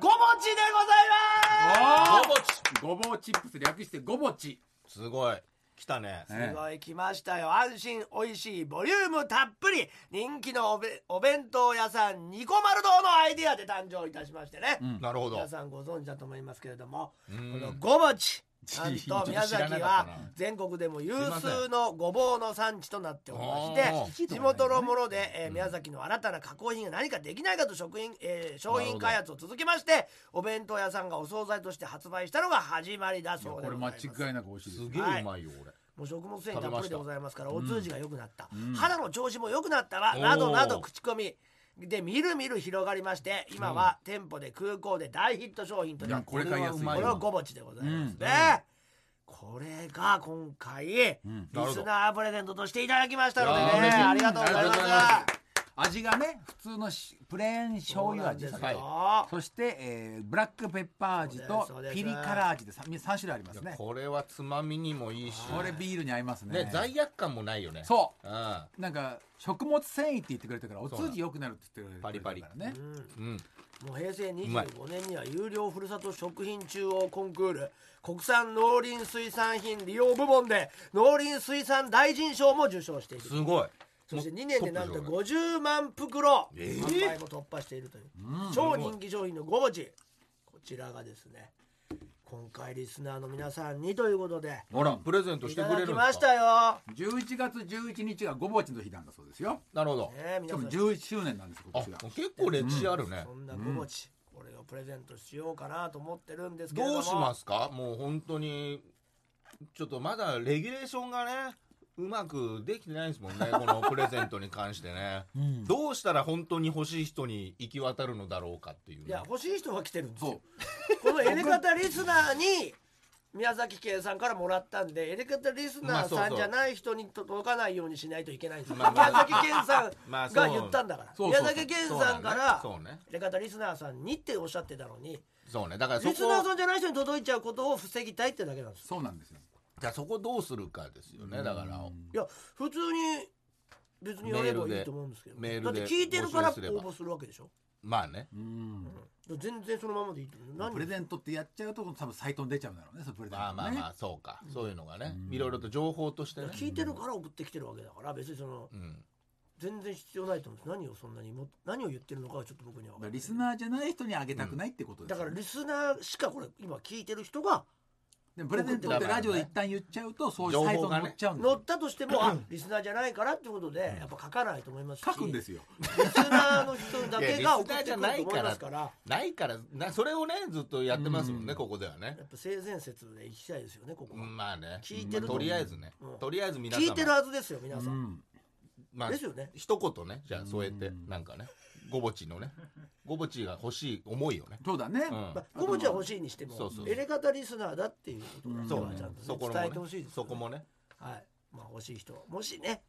A: ごぼちでございま
C: あー
B: ごぼち
C: ごぼうチップス略してごぼち。
B: すごい来たね
C: ね
A: すすごい来ましたよ安心おいしいボリュームたっぷり人気のおべお弁当屋さんニコマル堂のアイディアで誕生いたしましてね、
C: ん
B: なるほど
A: 皆さんご存知だと思いますけれども、
B: ん
A: このごぼちなん
C: 知ら
A: と
C: なかったな
A: 宮崎は全国でも有数のごぼうの産地となっておりまして
C: おー
A: 地元のもので、えー宮崎の新たな加工品が何かできないかと食品、えー商品開発を続けましてお弁当屋さんがお惣菜として発売したのが始まりだ
C: いや
A: そうで
C: これ
A: ござい
C: 間
A: ます
C: 違いなく美味しいです
B: す
C: よ。
B: げえうまいよ俺、
A: もう食物繊維たっぷりでございますからお通じが良くなった、
C: ん
A: 肌の調子も良くなったわ
B: おー
A: などなど口コミでみるみる広がりまして今は店舗で空港で大ヒット商品と
C: い
A: なっ
C: や、
A: て
C: これ買いやすい
B: これ
A: これ
B: は
A: は
B: う
A: ご
B: まい
C: よ。
A: ぼちでございますね、これが今回、
C: ん
B: なる
A: リ
B: ほど
A: スナープレゼントとしていただきましたので
B: いやー
A: ね
B: 嬉しい
A: ありがとうございま
C: あ
A: す
C: りがとうございます味がね、普通のしプレーン醤油味
A: そうなん
B: は
A: で
B: い
A: すよ、
C: そして、えーブラックペッパー味と
A: そうです
C: ピリ辛味で 3, 三種類ありますね。
B: これはつまみにもいいし
C: これビールに合いますね。
B: ね罪悪感もないよねう、
C: そ
B: ん
C: う。なんか食物繊維って言ってくれたからお
B: そうな
C: 通
B: の
C: じ良くなるって言ってくれてる
B: パリパリ
C: からね。
B: うん、
A: もう平成
B: まい
A: 25年には有料ふるさと食品中央コンクール国産農林水産品利用部門で農林水産大臣賞も受賞している
B: すごい
A: そして2年でなんと
B: トップ
A: 50万袋
B: えー
A: 販売も突破しているという、超人気商品のごぼちこちらがですね今回リスナーの皆さんにということで
B: ほらプレゼント
A: い
B: して
A: た
B: くれ
A: だ
B: る
A: き
B: ん
A: ま
B: で
A: し
B: す
A: た
B: か
A: よ、
C: 11月11日がごぼうちの日なんだそうですよ。
B: なるほど
A: ね、え
C: し
A: 皆さ
C: か
A: ん
C: も11周年なんです今
B: あ
C: 年が。
B: 結構歴史あるね
A: そ、んなごぼち、これをプレゼントしようかなと思ってるんですけれども
B: どうしますすかもう本当にちょっとまだレギュレーションがねうまくできてないですもんね このプレゼントに関してね、どうしたら本当に欲しい人に行き渡るのだろうかっていうね
A: いや欲しい人が来てるんです
C: そ
A: よ
C: う。
A: このエレカタリスナーに宮崎県さんからもらったんでエレカタリスナー
B: まあそ
A: さ
B: うんそう
A: じゃない人に届かないようにしないといけないんですよ、
B: まあまあ
A: 宮崎県さ
B: まあ
A: ん
B: そう
A: が言ったんだから、
C: そうそ
A: 宮
C: うそう
A: 崎県さんから、
B: そうね
A: エレカタリスナーさんにっておっしゃってたのに
B: そうねだからそ
A: リ
B: こ
A: スナーさんじゃない人に届いちゃうことを防ぎたいってだけなんですよ
C: そうなんですよ。
B: だからそこどうするかですよねだから
A: いや普通に別にやればいいと思うんですけど
B: メール
A: だっ
B: で
A: て聞いてるから応
B: 募集すれば
A: 募するわけでしょ
B: まあね
C: うん
A: だから全然そのままでいいと思う何
C: プレゼントってやっちゃうと多分サイトに出ちゃうんだろうねそのプレゼント
B: まあ
C: がね
B: まあまあそうか、そういうのがね
C: うん
B: いろいろと情報としてね、
A: 聞いてるから送ってきてるわけだから別にその
B: うん、
A: 全然必要ないと思うんです何をそんなにも何を言ってるのかはちょっと僕には分から
C: だか
A: んない
C: リスナーじゃない人にあげたくないってことです
A: だ
C: よ
A: か
C: ね
A: らリスナーしかこれ今聞いてる人が
C: でもプレゼントってラジオで一旦言っちゃうとそういう
B: 情
C: サイ
B: 報
C: ト
B: が
C: に
B: ね
C: 載っちゃうんです
A: 乗
C: よ
A: ったとしてもあリスナーじゃないからってことでやっぱ書かないと思いますし
C: 書くんですすよ
A: リスナーの人だけが送ってくると思いますからや
B: ないからなそれをねずっとやってますもんね、
C: うん
B: ここではね、
A: っぱ性善説でいきたいですよねここは、
B: うんまあね
A: 聞いてる
B: まあとりあえずね、
A: うん
B: とりあえず皆さん
A: 聞いてるはずですよ皆さん、
C: うん
B: まあ
A: ですよね
B: 一言ねじゃあ添えて
C: うん
B: なんかねごぼち のねごぼちが欲しい思いをね、
C: そうだね
B: うん
A: まあ、ゴムちゃん欲しいにしても
B: そうそう
A: エレガタリスナーだっていうことだけ
B: そう
A: は
B: ね
A: ちゃんと
B: そ
A: ね、
B: こも
A: 伝え
B: ね
A: てほしいですよ
B: そ
A: ね
B: こもね
A: はいまあ欲しい人もしね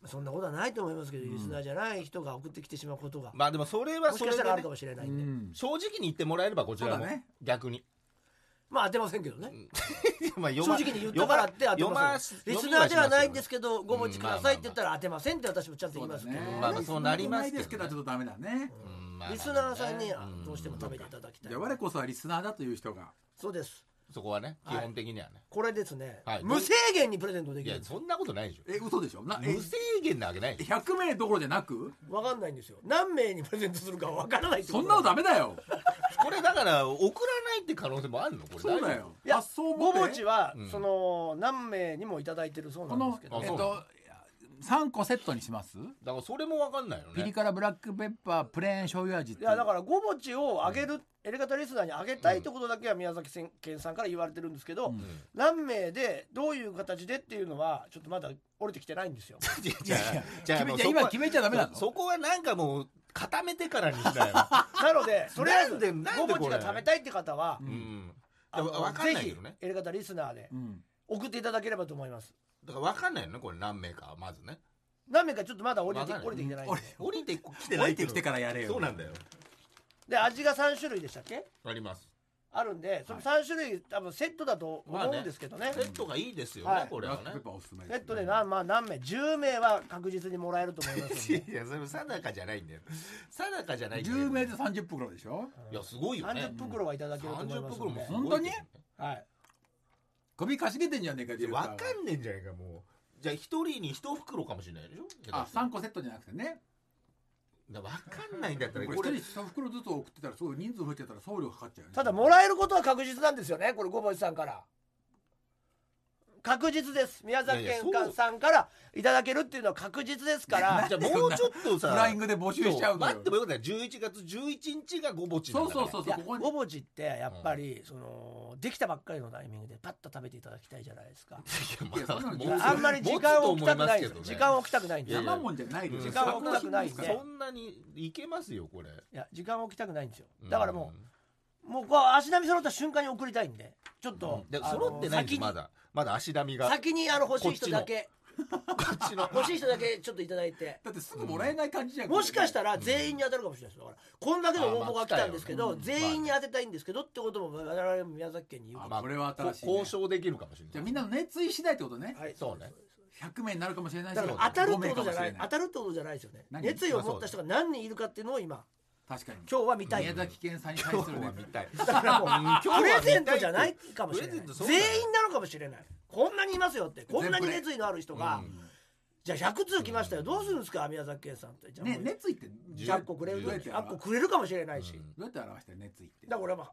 A: まあそんなことはないと思いますけど、
C: うん
A: リスナーじゃない人が送ってきてしまうことが、
B: まあでもそれは
A: もし
B: そ
A: かし
B: れ
A: た
B: で
A: らある
B: ね
A: かもしれ
C: う
A: ないんで、
C: ん
B: 正直に言ってもらえればこちら
C: そ
B: も
C: うだね
B: 逆に
A: まあ当てませんけどね、
B: まあ
A: 正直に言ったからって当て
B: 読
A: ま
B: ま
A: せん
B: す
A: リスナーではないんです
B: け
A: けどご持ちくださいって言ったら当てませんって私もちゃんと言いますけど、
B: ねまあまあそうなりますけどね
C: リスナーじゃないですけどちょっとダメだね
B: ど、うんまあまあ
A: リスナーさんに
B: ね
A: はどうしても食べていただきたい、
C: じゃあ我こそはリスナーだという人が
A: そうです
B: そこはね
A: は
B: 基
A: い
B: 本的にはね、
A: これですね、
B: はい
A: 無制限にプレゼントで
B: い、
A: きる
B: や
A: んです
B: そんなことないでしょ
C: え嘘でしょなえ
B: 無制限なわけないでしょ
C: 100名どころじゃなく
A: わかんないんですよ何名にプレゼントするかわからないってこと
C: そんなのダメだよ
B: これだから送らないって可能性もあるのこれ
C: そうだよ
A: いや
C: 発想を持
A: ご
C: って
A: ぼちは、
B: うん
A: その何名にもいただいてるそうな
C: こ
A: んで
C: の
A: すけ
B: あ
A: ど、
B: そ
C: え
B: う
C: っと3個セットにします
B: だからそれもわかんないよ
C: ピリ
B: ね
C: 辛ブラックペッパープレーン醤油味って
A: い
C: いう
A: やだからごぼちをあげる、エレガタリスナーにあげたいってことだけは宮崎県さんから言われてるんですけど、
C: うん
A: 何名でどういう形でっていうのはちょっとまだ降りてきてないんです よ。
B: いや
C: いやいや
B: じゃあ
C: 決め
B: もう
C: ち
B: そ
C: ゃ
B: こ
C: 今
B: は
C: 決めちゃダメなの
B: そそこはなんかもう固めてからにしなよ、
A: なのでとりあえ
B: な
A: ず
B: んでなん
A: ご
B: で
A: ぼ
B: こ
A: ち
B: れ
A: が食べたいって方は
B: う
C: うん
B: ん、
A: あの
B: わかんないけどね
A: ぜひエレガタリスナーで
C: うん
A: 送っていただければと思います。
B: だからわかんないよねこれ何名かはまずね
A: 何名かちょっとまだ降りて
B: わかんない
A: 降りてきてないんで。
B: 降りてきて
C: 降
B: ない
C: りてきてからやれよ
B: そうなんだよ
A: で味が3種類でしたっけ？
B: あります
A: あるんでその3種類多分セットだと思うんですけどね。
B: セットがいいですよね、
A: はい
B: こ
C: ブ
B: れ
C: ラ
B: は
C: ッ
B: ね
C: クペッパーおすすめ
A: セット
C: で
A: でなまあ何名10名は確実にもらえると思いますん
B: い
A: で
B: やそれ定かじゃないんだよ定かじゃないけど
C: 10名で30分ぐらいでしょ
B: いやすごいよね
A: 30袋はいただけると思い
B: 30
A: ます
B: 袋
A: ん
B: も
A: です
B: ごいけどね
A: はい
C: 首かしげてんじゃねえかディレク
B: わ
C: ター
B: かんねえんじゃねえかもうじゃあ一人に一袋かもしれないでしょ
C: あ3個セットじゃなくてね
B: だからわかんないんだった
C: これ
B: ら
C: 1
B: こ
C: 人
B: れ
C: 1袋ずつ送ってたらすごい人数増えちゃったら送料かかっちゃうよね
A: ただもらえることは確実なんですよねこれごぼちさんから確実です宮崎
B: いやい
A: 県
B: やそう
A: 官さんからいただけるっていうのは確実ですから
B: じゃあもうちょっと
C: フ
B: さ
C: ライングで募集しちゃうの
B: 待
C: よ
B: ってもよかったよ11月11日がごぼちな
C: そ
B: ん
C: う
B: だから
C: そうそう
A: い
C: そう
A: や
C: ここに
A: ごぼちってやっぱりそのできたばっかりのタイミングでパッと食べていただきたいじゃないですか
B: いやまあ
C: い
B: も
C: や
B: う
A: あんまり時間を置きたくないんですよ
B: 持つと思ます
A: 時
B: けどね
A: 間を置きたくないんですよ
C: 山もんじゃないでしょ
A: 時間を置きたくないんで
B: そんなにいけますよこれ
A: いや時間を置きたくないんですよだからも
B: う
A: うもうこう足並み揃った瞬間に送りたいんでちょっと
B: んで
A: あの
B: 揃ってないん
A: 先
B: です
A: に
B: まだまだ足並みが
A: 先にあの欲しい人だけ
B: こっちの
A: 欲しい人だけちょっといただいて
C: だってすぐもらえない感じじゃん
A: もしかした
C: ら
A: ら全員に当たるかもしれないですだからこんだけの応募が来たんですけ
B: あま
A: ど
B: あ来たよね
A: 全員に当てたいんですけどってことも我々も宮崎県に言うか
C: あこれは新しいね
B: こ交渉できるかもしれ
C: じゃ
B: ない
C: あみんなの熱意次第ってことね
A: もはい
B: そうね
C: 100名になるかもしれないし
A: だから当たるってことじゃない
C: 5名かもしれ
A: 当たるってことじゃないですよね
C: 何
A: 熱意を持った人が何人いるかっていうのを今
C: 確かに
A: 今日は見たい
C: 宮 崎県さんに対
B: 今
C: す
B: 日
C: るね
B: は見たい
A: だからもうプレゼントじゃないかもしれな
B: プ
A: い
B: レゼントそうだ
A: 全
B: よ
A: 員なのかもしれないこんなにいますよってこんなに熱意のある人が
B: 全部ね
A: じゃあ100通来ましたよどうするんですか宮崎県さんってじゃあも
C: ね
A: う
C: 熱意って
A: 100個くれる
C: どうやって
A: 100個くれるかもしれないし
B: うん
C: どうやって表したら熱意って
A: だから俺は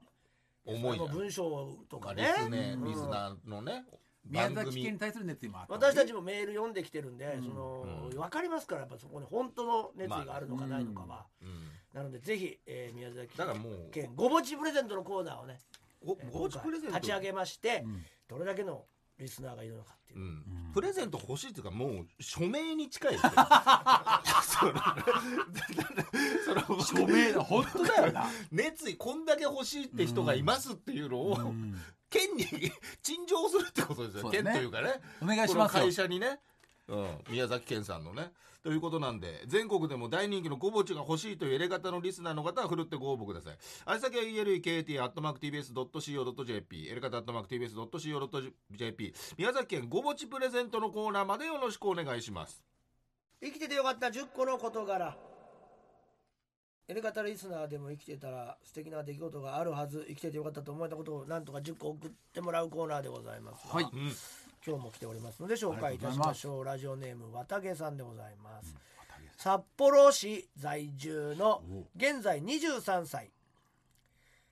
B: 重いじゃん
A: 文章とか
B: リ
A: ね
B: スね
A: うん
B: リスナーのね
C: 宮
B: 番
C: 崎
B: 組
C: 県に対する熱意もあった
A: 私たち
C: も
A: もメール読んできてるんで、
C: うん
A: その
B: うん
A: 分かりますからやっぱそこに本当の熱意があるのかないのかは、
C: ま
B: うん
A: なのでぜひ、えー宮崎
B: だからもう
A: 県ごぼちプレゼントのコーナーをね
B: ご
A: えー
B: ごちプレゼ
A: 今
B: ント
A: 回立ち上げまして、
C: うん
A: どれだけのリスナーがいるのかっていうう、
B: ん
C: うん
B: プレゼント欲しいっていうかもう署名に近いよそのその
C: 署名だ本当だよ な
B: 熱意こんだけ欲しいって人がいますっていうのを、
C: うん
B: 県に 陳情するってことです
C: そ
B: よ、
C: うだね
B: 県というかね
C: お願い
B: こ
C: し
B: の
C: ますよ
B: 会社にね、うん、宮崎県さんのねということなんで全国でも大人気のごぼちが欲しいという入れ方のリスナーの方はふるってご応募くださいあ先は elekt.tbs.co.jp エレカタ .tbs.co.jp 宮崎県ごぼちプレゼントのコーナーまでよろしくお願いします
A: 生きててよかった10個の事柄エレガタリスナーでも生きてたら素敵な出来事があるはず生きててよかったと思えたことをなんとか10個送ってもらうコーナーでございますが
C: はい
B: うん
A: 今日も来ておりますので紹介いたしましょうラジオネーム綿毛さんでございます、札幌市在住の現在23歳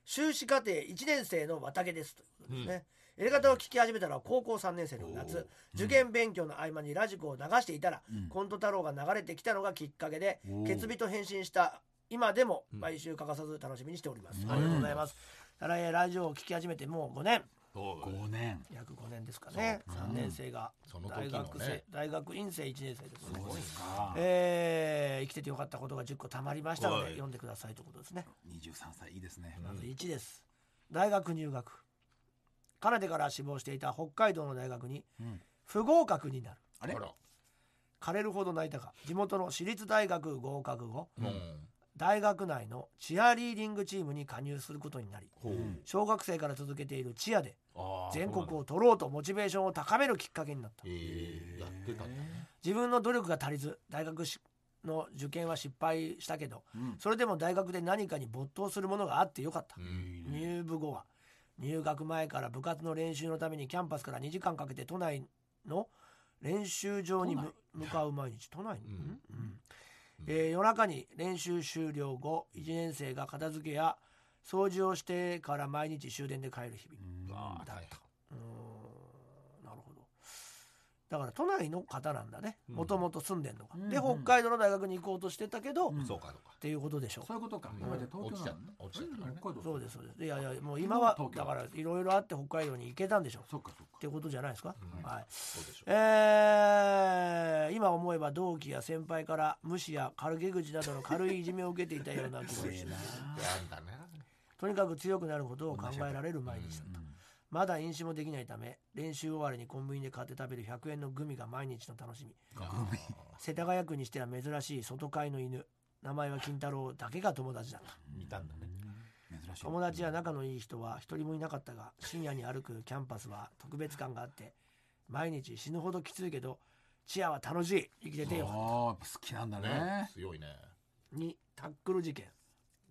A: 修士課程1年生の綿毛ですということですね、やり方を聞き始めたのは高校3年生の夏受験勉強の合間にラジコを流していたら、コント太郎が流れてきたのがきっかけで
C: おー
A: 決日と返信した今でも毎週欠かさず楽しみにしております、
C: うん
A: ありがとうございますただえラジオを聞き始めてもう5年
B: そう
C: 5年
A: 約5年ですかね
B: そう
A: 3年生が
B: その
A: 大
B: 時の
A: 学生、
B: ね
A: 大学院生1年生ですね
C: そうですか
A: えー生きててよかったことが10個たまりましたので
B: はい
A: 読んでくださいということですね
C: 23歳いいですね
A: まず1です大学入学かなでから志望していた北海道の大学に
C: うん
A: 不合格になる
C: あ
B: あ
C: れ
B: ら
A: 枯れるほど泣いたが地元の私立大学合格後
B: うん
A: 大学内のチアリーディングチームに加入することになり
B: ほう
A: 小学生から続けているチアで
B: あー
A: 全国
B: そうなんだ
A: を取ろうとモチベーションを高めるきっかけになった
B: えーやってたんだね
A: 自分の努力が足りず大学しの受験は失敗したけど
C: うん
A: それでも大学で何かに没頭するものがあってよかった
B: う、ん
C: いいね
A: 入部後は入学前から部活の練習のためにキャンパスから2時間かけて都内の練習場にむ向かう毎日都内に、
B: うん
A: うんえー夜中に練習終了後1年生が片付けや掃除をしてから毎日終電で帰る日々
C: うん
B: あー
A: だっ
B: 大変
A: うーんなるほどだから都内の方なんだね
B: うん
A: もともと住んでんのが、
C: うん
A: で
C: う
A: 北
C: ん
A: 海道の大学に行こうとしてたけど、
C: うん
A: っ
B: そうかそうか
A: ていうことでしょう
C: そういうことか
B: うん
C: 今じゃ東京なのね
B: 落ちちゃったからね
C: 北海道
A: そうですそうですいやいやもう今は
C: 今は東京
A: だからいろいろあって北海道に行けたんでしょう
C: そっかそっか
A: ってことじゃないですか、
B: うん
A: はい
B: そうでしょう
A: えー今思えば同期や先輩から無視や軽毛口などの軽いいじめを受けていたような 気もして
B: やんだね
A: とにかく強くなることを考えられる毎日だった、
C: うん
A: まだ飲酒もできないため練習終わりにコンビニで買って食べる100円のグミが毎日の楽しみ世田谷区にしては珍しい外飼いの犬名前は金太郎だけが友達だった
B: 見たんだね
C: 珍しい
A: 友達や仲のいい人は一人もいなかったが深夜に歩くキャンパスは特別感があって毎日死ぬほどきついけどチアは楽しい生きててよかっ
C: ああ好きなんだ
B: ね
C: ね
B: 強いね
A: た2タックル事件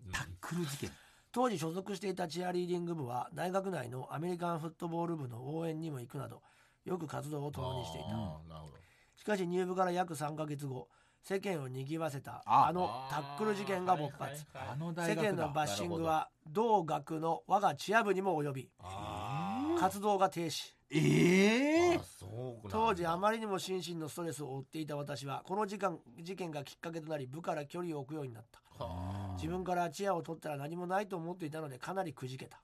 B: うん
C: タックル事件
A: 当時所属していたチアリーディング部は大学内のアメリカンフットボール部の応援にも行くなどよく活動を共にしていた
B: あーなるほど
A: しかし入部から約3ヶ月後世間を賑わせた
C: あ
A: あのタックル事件が勃発
B: あーはいはい
C: あの
A: 世
C: 大
A: 間
C: 学
A: の
C: だ
A: バッシングは同学の我がチア部にも及び
B: あー
A: 活動が停止
C: ええ
B: あそうなんだ
A: 当時あまりにも心身のストレスを負っていた私はこの時間事件がきっかけとなり部から距離を置くようになった
B: は
A: 自分からチアを取ったら何もないと思っていたのでかなりくじけた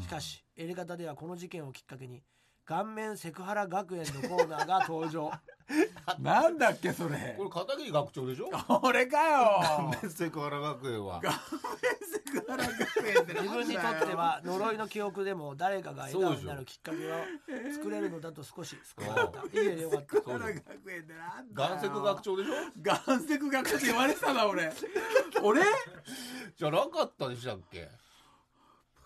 A: しかしエレ方ではこの事件をきっかけに顔面セクハラ学園のコーナーが登 場
C: なんだっけそれ
B: あこれ片桐学長でしょ
C: これかよ
B: セクハラ学園は
A: 自分にとっては呪いの記憶でも誰かが笑顔になるきっかけを作れるのだと少し救われたいいねよかった
B: そうです
C: 学園でなんだよ
B: 岩石学長でしょ
C: 岩石学長って言われてたな俺俺
B: じゃなかったでしたっけ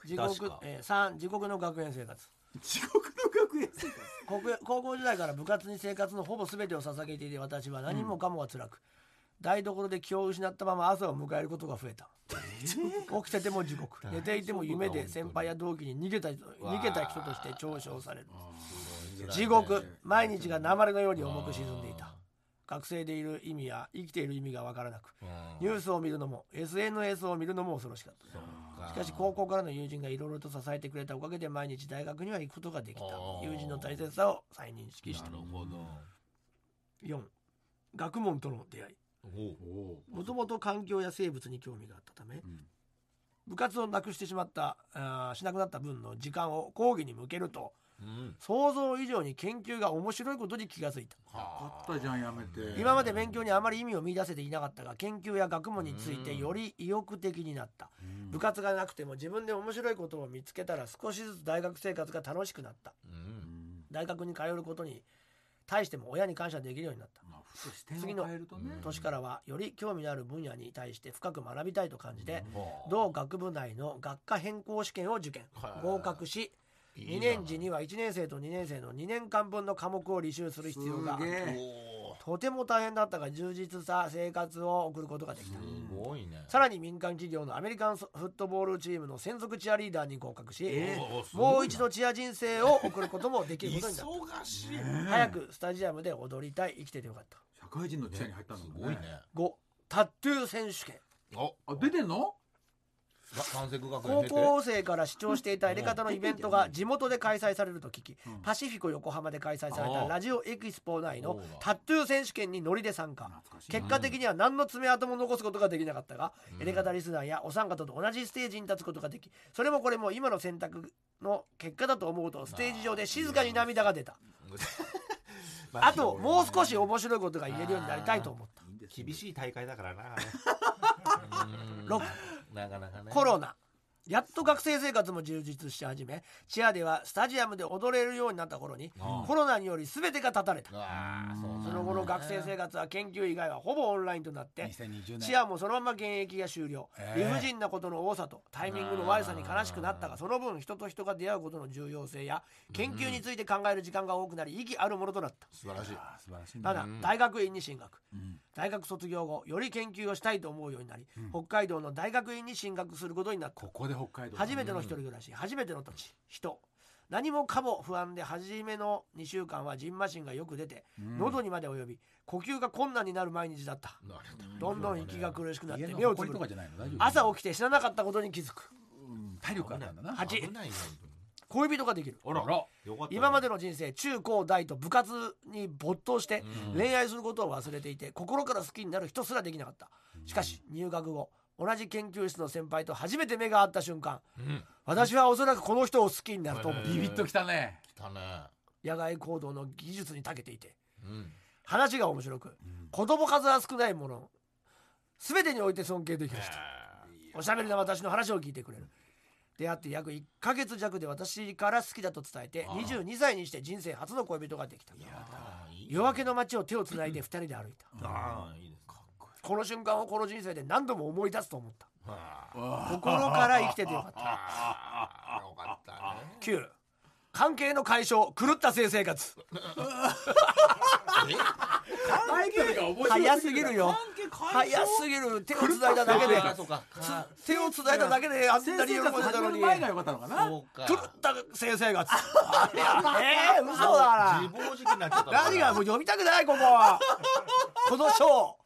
A: 地獄
B: 確か、
A: えー、3地獄の学園生活
C: 地獄の学園生活
A: 高校高校時代から部活に生活のほぼ全てを捧げていて私は何もかもが辛く、台所で気を失ったまま朝を迎えることが増えた、起きてても地獄寝ていても夢で先輩や同期に逃げた人
B: うわー
A: 逃げた人として嘲笑される地獄毎日が鉛のように重く沈んでいた学生でいる意味や生きている意味がわからなくニュースを見るのも SNS を見るのも恐ろしかったしかし高校からの友人がいろいろと支えてくれたおかげで毎日大学には行くことができた
B: あー
A: 友人の大切さを再認識し
B: な
A: た
B: るほど
A: 4学問との出会い
B: おう
C: お
A: もともと環境や生物に興味があったため、
C: ん
A: 部活をなくしてしまったあーしなくなった分の時間を講義に向けると
B: うん
A: 想像以上に研究が面白いことに気がついた
C: あったじゃんやめて
A: 今まで勉強にあまり意味を見出せていなかったが研究や学問についてより意欲的になった部活がなくても自分で面白いことを見つけたら少しずつ大学生活が楽しくなった
B: うん
A: 大学に通ることに対しても親に感謝できるようになった
C: まあふと視点を変えるとね
A: 年からはより興味のある分野に対して深く学びたいと感じて
B: はあ
A: 同学部内の学科変更試験を受験
B: はい
A: 合格し
B: いいな
A: 2年時には1年生と2年生の2年間分の科目を履修する必要があ
C: すげ
A: る
C: え
B: おー
A: とても大変だったが充実した生活を送ることができた
B: ごいね
A: さらに民間企業のアメリカンフットボールチームの専属チアリーダーに合格し、
C: え
B: おおすごいな
A: もう一度チア人生を送ることもできることになった
B: 忙しい、
A: 早くスタジアムで踊りたい生きててよかった
C: 社会人のチアに入ったんだ
B: す
C: もん
B: ごいね
A: 5タトゥー選手権
B: お
C: あ出てんの
B: が関西学園
A: 高
B: 出て
A: 校生から視聴していた入れ方のイベントが地元で開催されると聞き
C: うん
A: パシフィコ横浜で開催され
B: あ
A: た
B: あ
A: ラジオエキスポ内
B: そ
A: の
B: うだ
A: タトゥー選手権にノリで参加
C: 懐かしいな
A: 結果的には何の爪痕も残すことができなかったが、
B: うん
A: エレガタリスナーやお三方と同じステージに立つことができそれもこれも今の選択の結果だと思うとステージ上で静かに涙が出たあともう少し面白いことが言えるようになりたいと思った
C: いいんですね
B: 厳しい大会だからな
A: 六
B: うんなかなかね
A: コロナやっと学生生活も充実し始めチアではスタジアムで踊れるようになった頃に
B: ああ
A: コロナにより全てが断たれた
B: うわあそうなんだ
A: その後の学生生活は研究以外はほぼオンラインとなって
C: 2020
A: チ
C: 年
A: アもそのまま現役が終了、
C: ええ
A: 理不尽なことの多さとタイミングの悪さに悲しくなったがその分人と人が出会うことの重要性や研究について考える時間が多くなり息あるものとなった
B: 素晴らしい
C: あー素晴らしいね
A: ただ大学院に進学
C: うん
A: 大学卒業後より研究をしたいと思うようになり北海道の大学院に進学することになった
C: ここで北海道
A: 初めての一人暮らし初めての土地人何もかも不安で初めの2週間はジンマシンがよく出て
C: うん
A: 喉にまで及び呼吸が困難になる毎日だった
B: なるほど
A: どんどん息が苦しくなって
C: 家の
A: 目をつぶ
C: 埃と
A: る
C: かじゃないの大丈夫
A: 朝起きて死ななかったことに気づく
C: うん体力あったんだな
A: 八
B: 危ないよ
A: 恋人ができる
B: あららよかったね
A: 今までの人生中高大と部活に没頭して
B: うん
A: 恋愛することを忘れていて心から好きになる人すらできなかったしかし入学後同じ研究室の先輩と初めて目が合った瞬間
B: うん
A: 私はおそらくこの人を好きになると思う
B: うん
C: ビビッときたね
B: 来たね
A: 野外行動の技術に長けていて
B: うん
A: 話が面白く子供数は少ないもの全てにおいて尊敬できる人おしゃべりな私の話を聞いてくれる出会って約1ヶ月弱で私から好きだと伝えて
B: ああ
A: 22歳にして人生初の恋人ができた
B: ああいい
A: 夜明けの街を手をつないで2人で歩いた
B: ああいいですかっこ
A: この瞬間をこの人生で何度も思い出すと思 った
B: いいああ
C: あ
A: 心から生きててよか った
B: ああよかったね
A: 9関係の解消狂った性生活
C: タイトルが面白
A: 早すぎるよ
B: 関
A: 早すぎる手をつないだだけ で
B: ああそうか
A: つ手をつないだだけであん
C: 先
A: なに喜
C: 生
A: ん
C: が
A: でた
C: 始め
A: の
C: る
A: に
C: 前が良かったのかな
B: そうか
A: 狂った性生活ええ嘘だな
B: 自暴自棄になっちゃったのかな
A: 何がもう読みたくないここは この章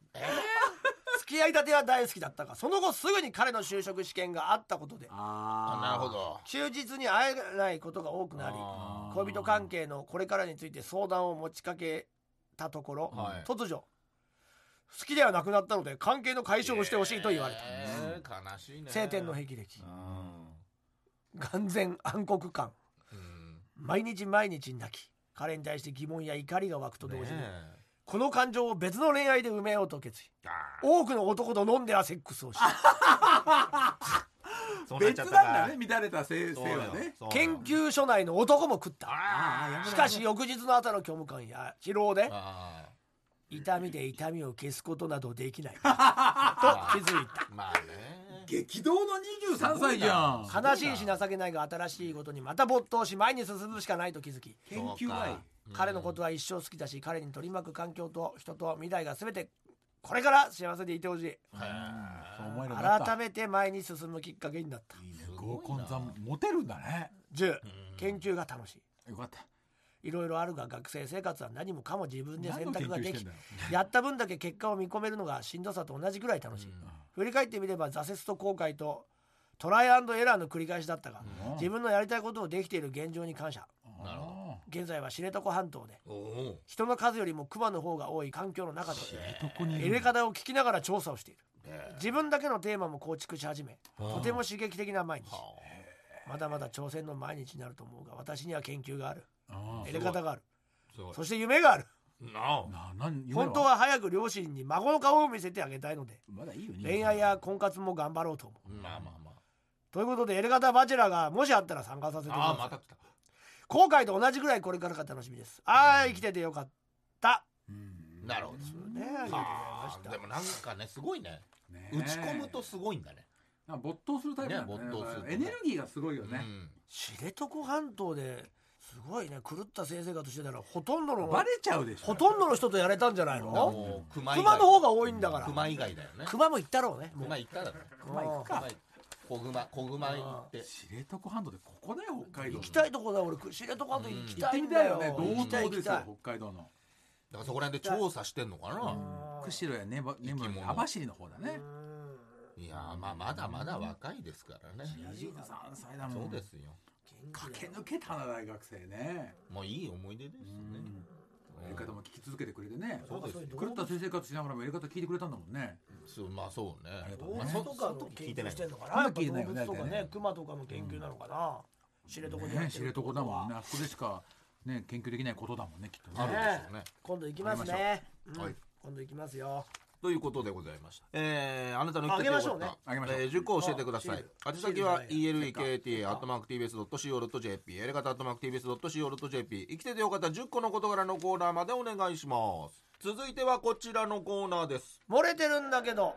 A: 付き合いたては大好きだったがその後すぐに彼の就職試験があったことで
C: あ
B: あなるほど
A: 休日に会えないことが多くなり
B: あ
A: 恋人関係のこれからについて相談を持ちかけたところ、
B: はい
A: 突如好きではなくなったので関係の解消をしてほしいと言われた、
B: えー悲しいね
A: 晴天の霹靂
B: うん
A: 眼前暗黒感
B: うん
A: 毎日毎日泣き彼に対して疑問や怒りが湧くと同時に、
B: ねえ
A: この感情を別の恋愛で埋めようと決意
B: あ
A: 多くの男と飲んではセックスをし
B: ーそうなっ
C: 別
B: ちゃ
C: な
B: っ
C: ん
B: たか
C: だね乱れた先生
B: そうだ
C: は
B: よ
C: ね
B: そうだよ
A: 研究所内の男も食った
B: あーやめろ
A: しかし翌日の朝の虚無感や疲労で
B: あ
A: 痛みで痛みを消すことなどできないと気づい
B: ーまあね
C: 激動の23歳じゃん
A: た悲しいし情けないが新しいことにまた没頭し前に進むしかないと気づき
C: 研究外
A: 彼のことは一生好きだし彼に取り巻く環境と人と未来が全てこれから幸せでいてほしい
C: そう思えるようになった
A: 改めて前に進むきっかけになった
C: いいね合コンさんモテるんだね
A: 10研究が楽しい
C: よかった
A: いろいろあるが学生生活は何もかも自分で選択がで
C: 何の研究して
A: き
C: んだよ
A: やった分だけ結果を見込めるのがしんどさと同じくらい楽しい、振り返ってみれば挫折と後悔とトライアンドエラーの繰り返しだったが、
C: うん
A: 自分のやりたいことをできている現状に感謝
B: なるほ
A: 現在は知床半島で
B: どおお
A: 人の数よりもクマの方が多い環境の中で
C: どこにい
A: 入れ
C: る
A: 方を聞きながら調査をしている
B: え
A: 自分だけのテーマも構築し始めとても刺激的な毎日
B: は
A: まだまだ挑戦の毎日になると思うが私には研究がある
C: あ
A: 入れ方がある
B: あすごい
A: そして夢がある
B: なあ
C: ーな何夢
A: 本当は早く両親に孫の顔を見せてあげたいので
C: まだいいよね
A: 恋愛や婚活も頑張ろうと思う
B: まあまあま
A: ということでエレガタバチェラーがもしあったら参加させてくだ
B: ああ
A: さ
B: ー
A: い、
B: また来た
A: 後悔と同じぐらいこれからが楽しみですああ生きててよかった
C: うん
B: なるほど
A: ねありがとうございま
B: は
A: し
B: あ
A: た
B: でもなんかねすごいね
C: ねえ
B: 打ち込むとすごいんだね
C: なんか没頭するタイプなんだね
B: ね没頭する
C: エネルギーがすごいよ
B: う
C: ね
B: ん
A: 知床半島ですごいね狂った先生方してたらほとんどの
C: バレちゃうでしょ
A: ほとんどの人とやれたんじゃないの
B: もう熊以
A: 熊
B: 外
A: の方が多いんだから
B: 熊以外だよね
A: 熊も行ったろうねもう
B: 熊行っただろ
A: 熊行くか
B: 熊行小熊小熊行って
C: 知床半島ってここだよ北海道
A: 行きた
C: い
A: いとこだ俺知床と行き
C: 行ったて
A: い
C: み
A: ん
C: た
A: だ
C: い
A: よ
C: よね
A: 行
C: 同
A: きたい
C: 等
A: 行
C: で
A: き
C: す
A: た
C: よ
A: い
C: 北海道の
B: だからそこら辺で調査してんのかな、
C: 釧路やねば眠
B: 生
C: る
B: き物
C: 網走の方だね
B: いやーまあまだまだ若いですからね
C: 23歳だも
B: そ
C: ん
B: うですよ
C: 駆け抜けたな大学生ね
B: もういい思い出ですね、
C: やり方も聞き続けてくれてね
B: そうですよ
C: 狂った先生活しながらもやり方聞いてくれたんだもんね
B: そうまあそうね
C: りがとう
A: 動物
B: ま
C: ござ
B: あ
C: い
B: そ
A: とか
B: そ
A: の
B: の時聞
A: 研
B: いてな
A: 究し
B: いけ
A: てん
B: ど
A: のかなやっぱ
C: 聞いて
A: 動
C: ないよ
A: 物とか
C: ね大体
A: ね
C: ね
A: 熊とかの研究なのかな知床でや
C: ね
A: って
C: 知
A: る
C: 床だもんねあそこでしかね研究できないことだもんねきっと
B: ある
C: ね
B: でしょうね
A: 今度行きますねうん
B: はい
A: 今度行きますよ
B: ということでございました。えー、あなたの生きて
A: あ
B: て
A: げましょう
B: よ
A: ね
B: かった。
C: あげましょう
B: えー、塾を教えてくださ
A: あ
B: い。
A: シー
B: 宛
A: ル
B: 先は
A: シー
B: elekt.tbs.co.jp、エレガタ .tbs.co.jp、生きててよかった10個の事柄のコーナーまでお願いします。続いてはこちらのコーナーです。
A: 漏れてるんだけど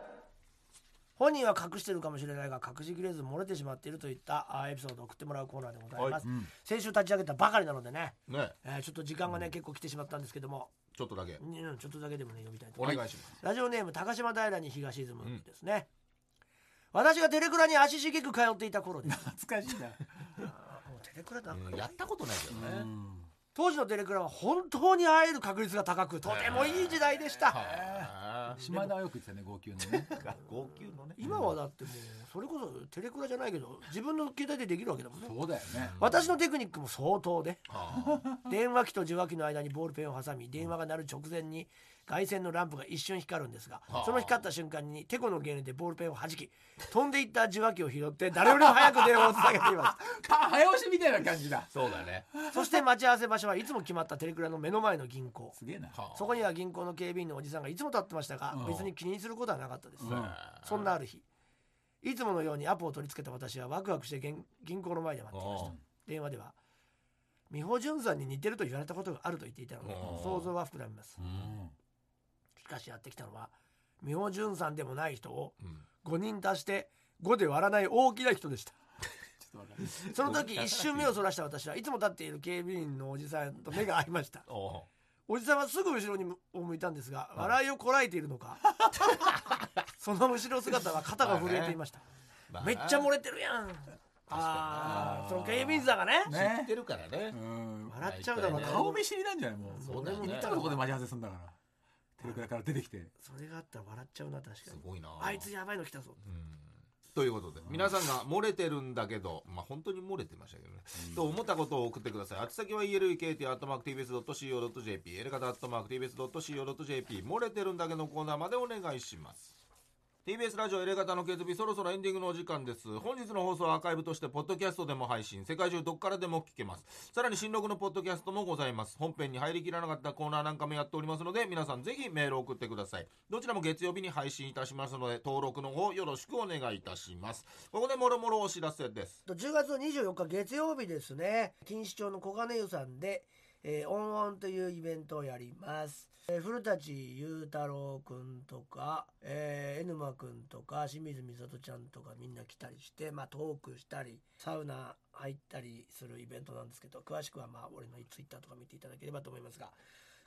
A: 本人は隠してるかもしれないが隠しきれず漏れてしまっているといったあーエピソードを送ってもらうコーナーでございます、先週立ち上げたばかりなのでね、
B: ね、
A: えーちょっと時間がね、結構来てしまったんですけども、
B: ちょっとだけ
A: う。ん、ちょっとだけでもね読みたいと
B: お
A: 思い
B: 願い
A: ます、
B: します。
A: ラジオネーム高島平に東沈むですね、私がテレクラに足しげく通っていた頃です
C: 懐かしいな
A: もうテレクラだ
B: うんやったことないけどね。
A: 当時のテレクラは本当に会える確率が高くとてもいい時代でした、
B: あー
C: 島田はよく言ってたね号泣のね
B: 号泣のね。
A: 今はだってもうそれこそテレクラじゃないけど自分の携帯でできるわけだもんね
C: そうだよね
A: 私のテクニックも相当で
B: あー
A: 電話機と受話器の間にボールペンを挟み電話が鳴る直前に外線のランプが一瞬光るんですが
B: はあ
A: その光った瞬間にテコの原理でボールペンを弾き飛んでいった受話器を拾って誰よりも早く電話をつなげていま
C: パ早押しみたいな感じだ
B: そうだね。
A: すそして待ち合わせ場所はいつも決まったテレクラの目の前の銀行
C: すげえな
B: はあ
A: そこには銀行の警備員のおじさんがいつも立ってましたが
C: うん
A: 別に気にすることはなかったです、
C: うん
A: そんなある日いつものようにアポを取り付けた私はワクワクして銀銀行の前で待っていました
B: うん
A: 電話では美穂潤さんに似てると言われたことがあると言っていたので
B: うん
A: 想像は膨らみます
C: うん
A: しかしやってきたのは美穂潤さんでもない人を
B: うん
A: 5人足して5で割らない大きな人でした
C: ちょっとわかる
A: その時一瞬目をそらした私はいつも立っている警備員のおじさんと目が合いました
B: おう
A: おじさんはすぐ後ろにを向いたんですが笑いをこらえているの かその後ろ姿は肩が震えていました
B: まあ
A: めっちゃ漏れてるやんああーその警備員さんがね
B: 知
C: ね
B: ってるからね
C: う。ん
A: 笑っちゃうだろうな
C: 顔見知りなんじゃないもう
B: そうだよね
C: いつもそこで待ち合わせするんだからテレクラから出てきて
A: それがあったら笑っちゃうな確か
B: す
A: に
B: ごいな。
A: あいつやばいの来たぞ
B: ということで、皆さんが漏れてるんだけど、まあ本当に漏れてましたけどね。と思ったことを送ってください。宛先は elekt.tbs.co.jp、エレカタ .tbs.co.jp、漏れてるんだけどのコーナーまでお願いします。TBS ラジオエレガタの決日そろそろエンディングのお時間です。本日の放送はアーカイブとして、ポッドキャストでも配信、世界中どこからでも聞けます。さらに新録のポッドキャストもございます。本編に入りきらなかったコーナーなんかもやっておりますので、皆さんぜひメールを送ってください。どちらも月曜日に配信いたしますので、登録の方よろしくお願いいたします。ここでもろもろお知らせです。
A: と10月の24日月曜日ですね錦糸町の小金湯さんで、えーオンオンというイベントをやります、えー古舘雄太郎くんとか、えー、N 沼くんとか清水美里ちゃんとかみんな来たりして、まあ、トークしたりサウナ入ったりするイベントなんですけど詳しくはまあ俺のツイッターとか見ていただければと思いますが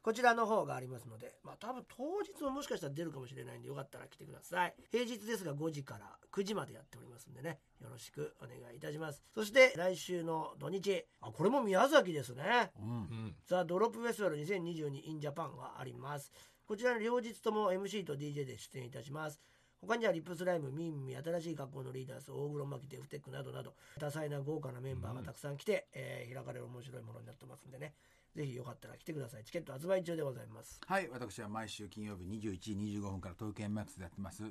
A: こちらの方がありますので、まあ、多分当日ももしかしたら出るかもしれないんでよかったら来てください平日ですが5時から9時までやっておりますんでねよろしくお願いいたしますそして来週の土日あこれも宮崎ですね
C: うん
B: うん。
A: ザ・ドロップフェスティバル2022 in Japan があります。こちらの両日とも MC と DJ で出演いたします。他にはリップスライム、ミンミン、新しい学校のリーダーズ、大黒摩季、デフテックなどなど、多彩な豪華なメンバーがたくさん来て、えー開かれる面白いものになってますんでね、ぜひよかったら来てください。チケット発売中でございます。
C: はい私は毎週金曜日21時25分から東京 MX でやってます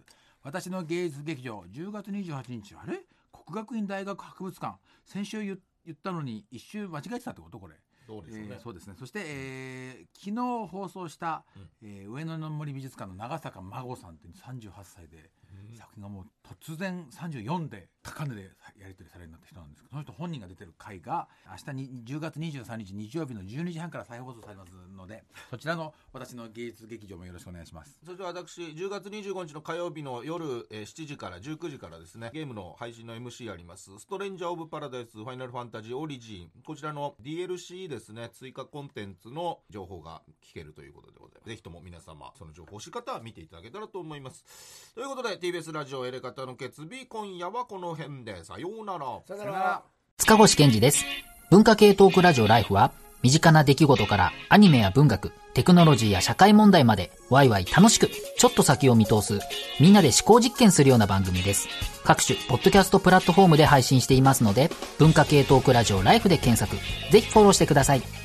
C: 私の芸術劇場10月28日あれ国学院大学博物館先週言言ったのに一周間違えてたってことこれ
B: どうです
C: え
B: ね
C: ー。そうですねそして、えー昨日放送した、
B: うん
C: えー上野の森美術館の長坂真吾さんって38歳で、
B: うん
C: 作品がもう突然34で高値でやり取りされるようになった人なんですけどその人本人が出てる回が明日に10月23日日曜日の12時半から再放送されますのでそちらの私の芸術劇場もよろしくお願いします
B: そして私10月25日の火曜日の夜えー7時から19時からですねゲームの配信の MC あります「ストレンジャー・オブ・パラダイス・ファイナル・ファンタジー・オリジン」こちらの DLC ですね追加コンテンツの情報が聞けるということでございますぜひとも皆様その情報欲しい方は見ていただけたらと思いますということで TBS ラジオエレカタの決日今夜はこの辺でさようなら
A: さよなら
D: 塚越健治です。文化系トークラジオライフは、身近な出来事からアニメや文学、テクノロジーや社会問題まで、ワイワイ楽しく、ちょっと先を見通す、みんなで思考実験するような番組です。各種、ポッドキャストプラットフォームで配信していますので、文化系トークラジオライフで検索、ぜひフォローしてください。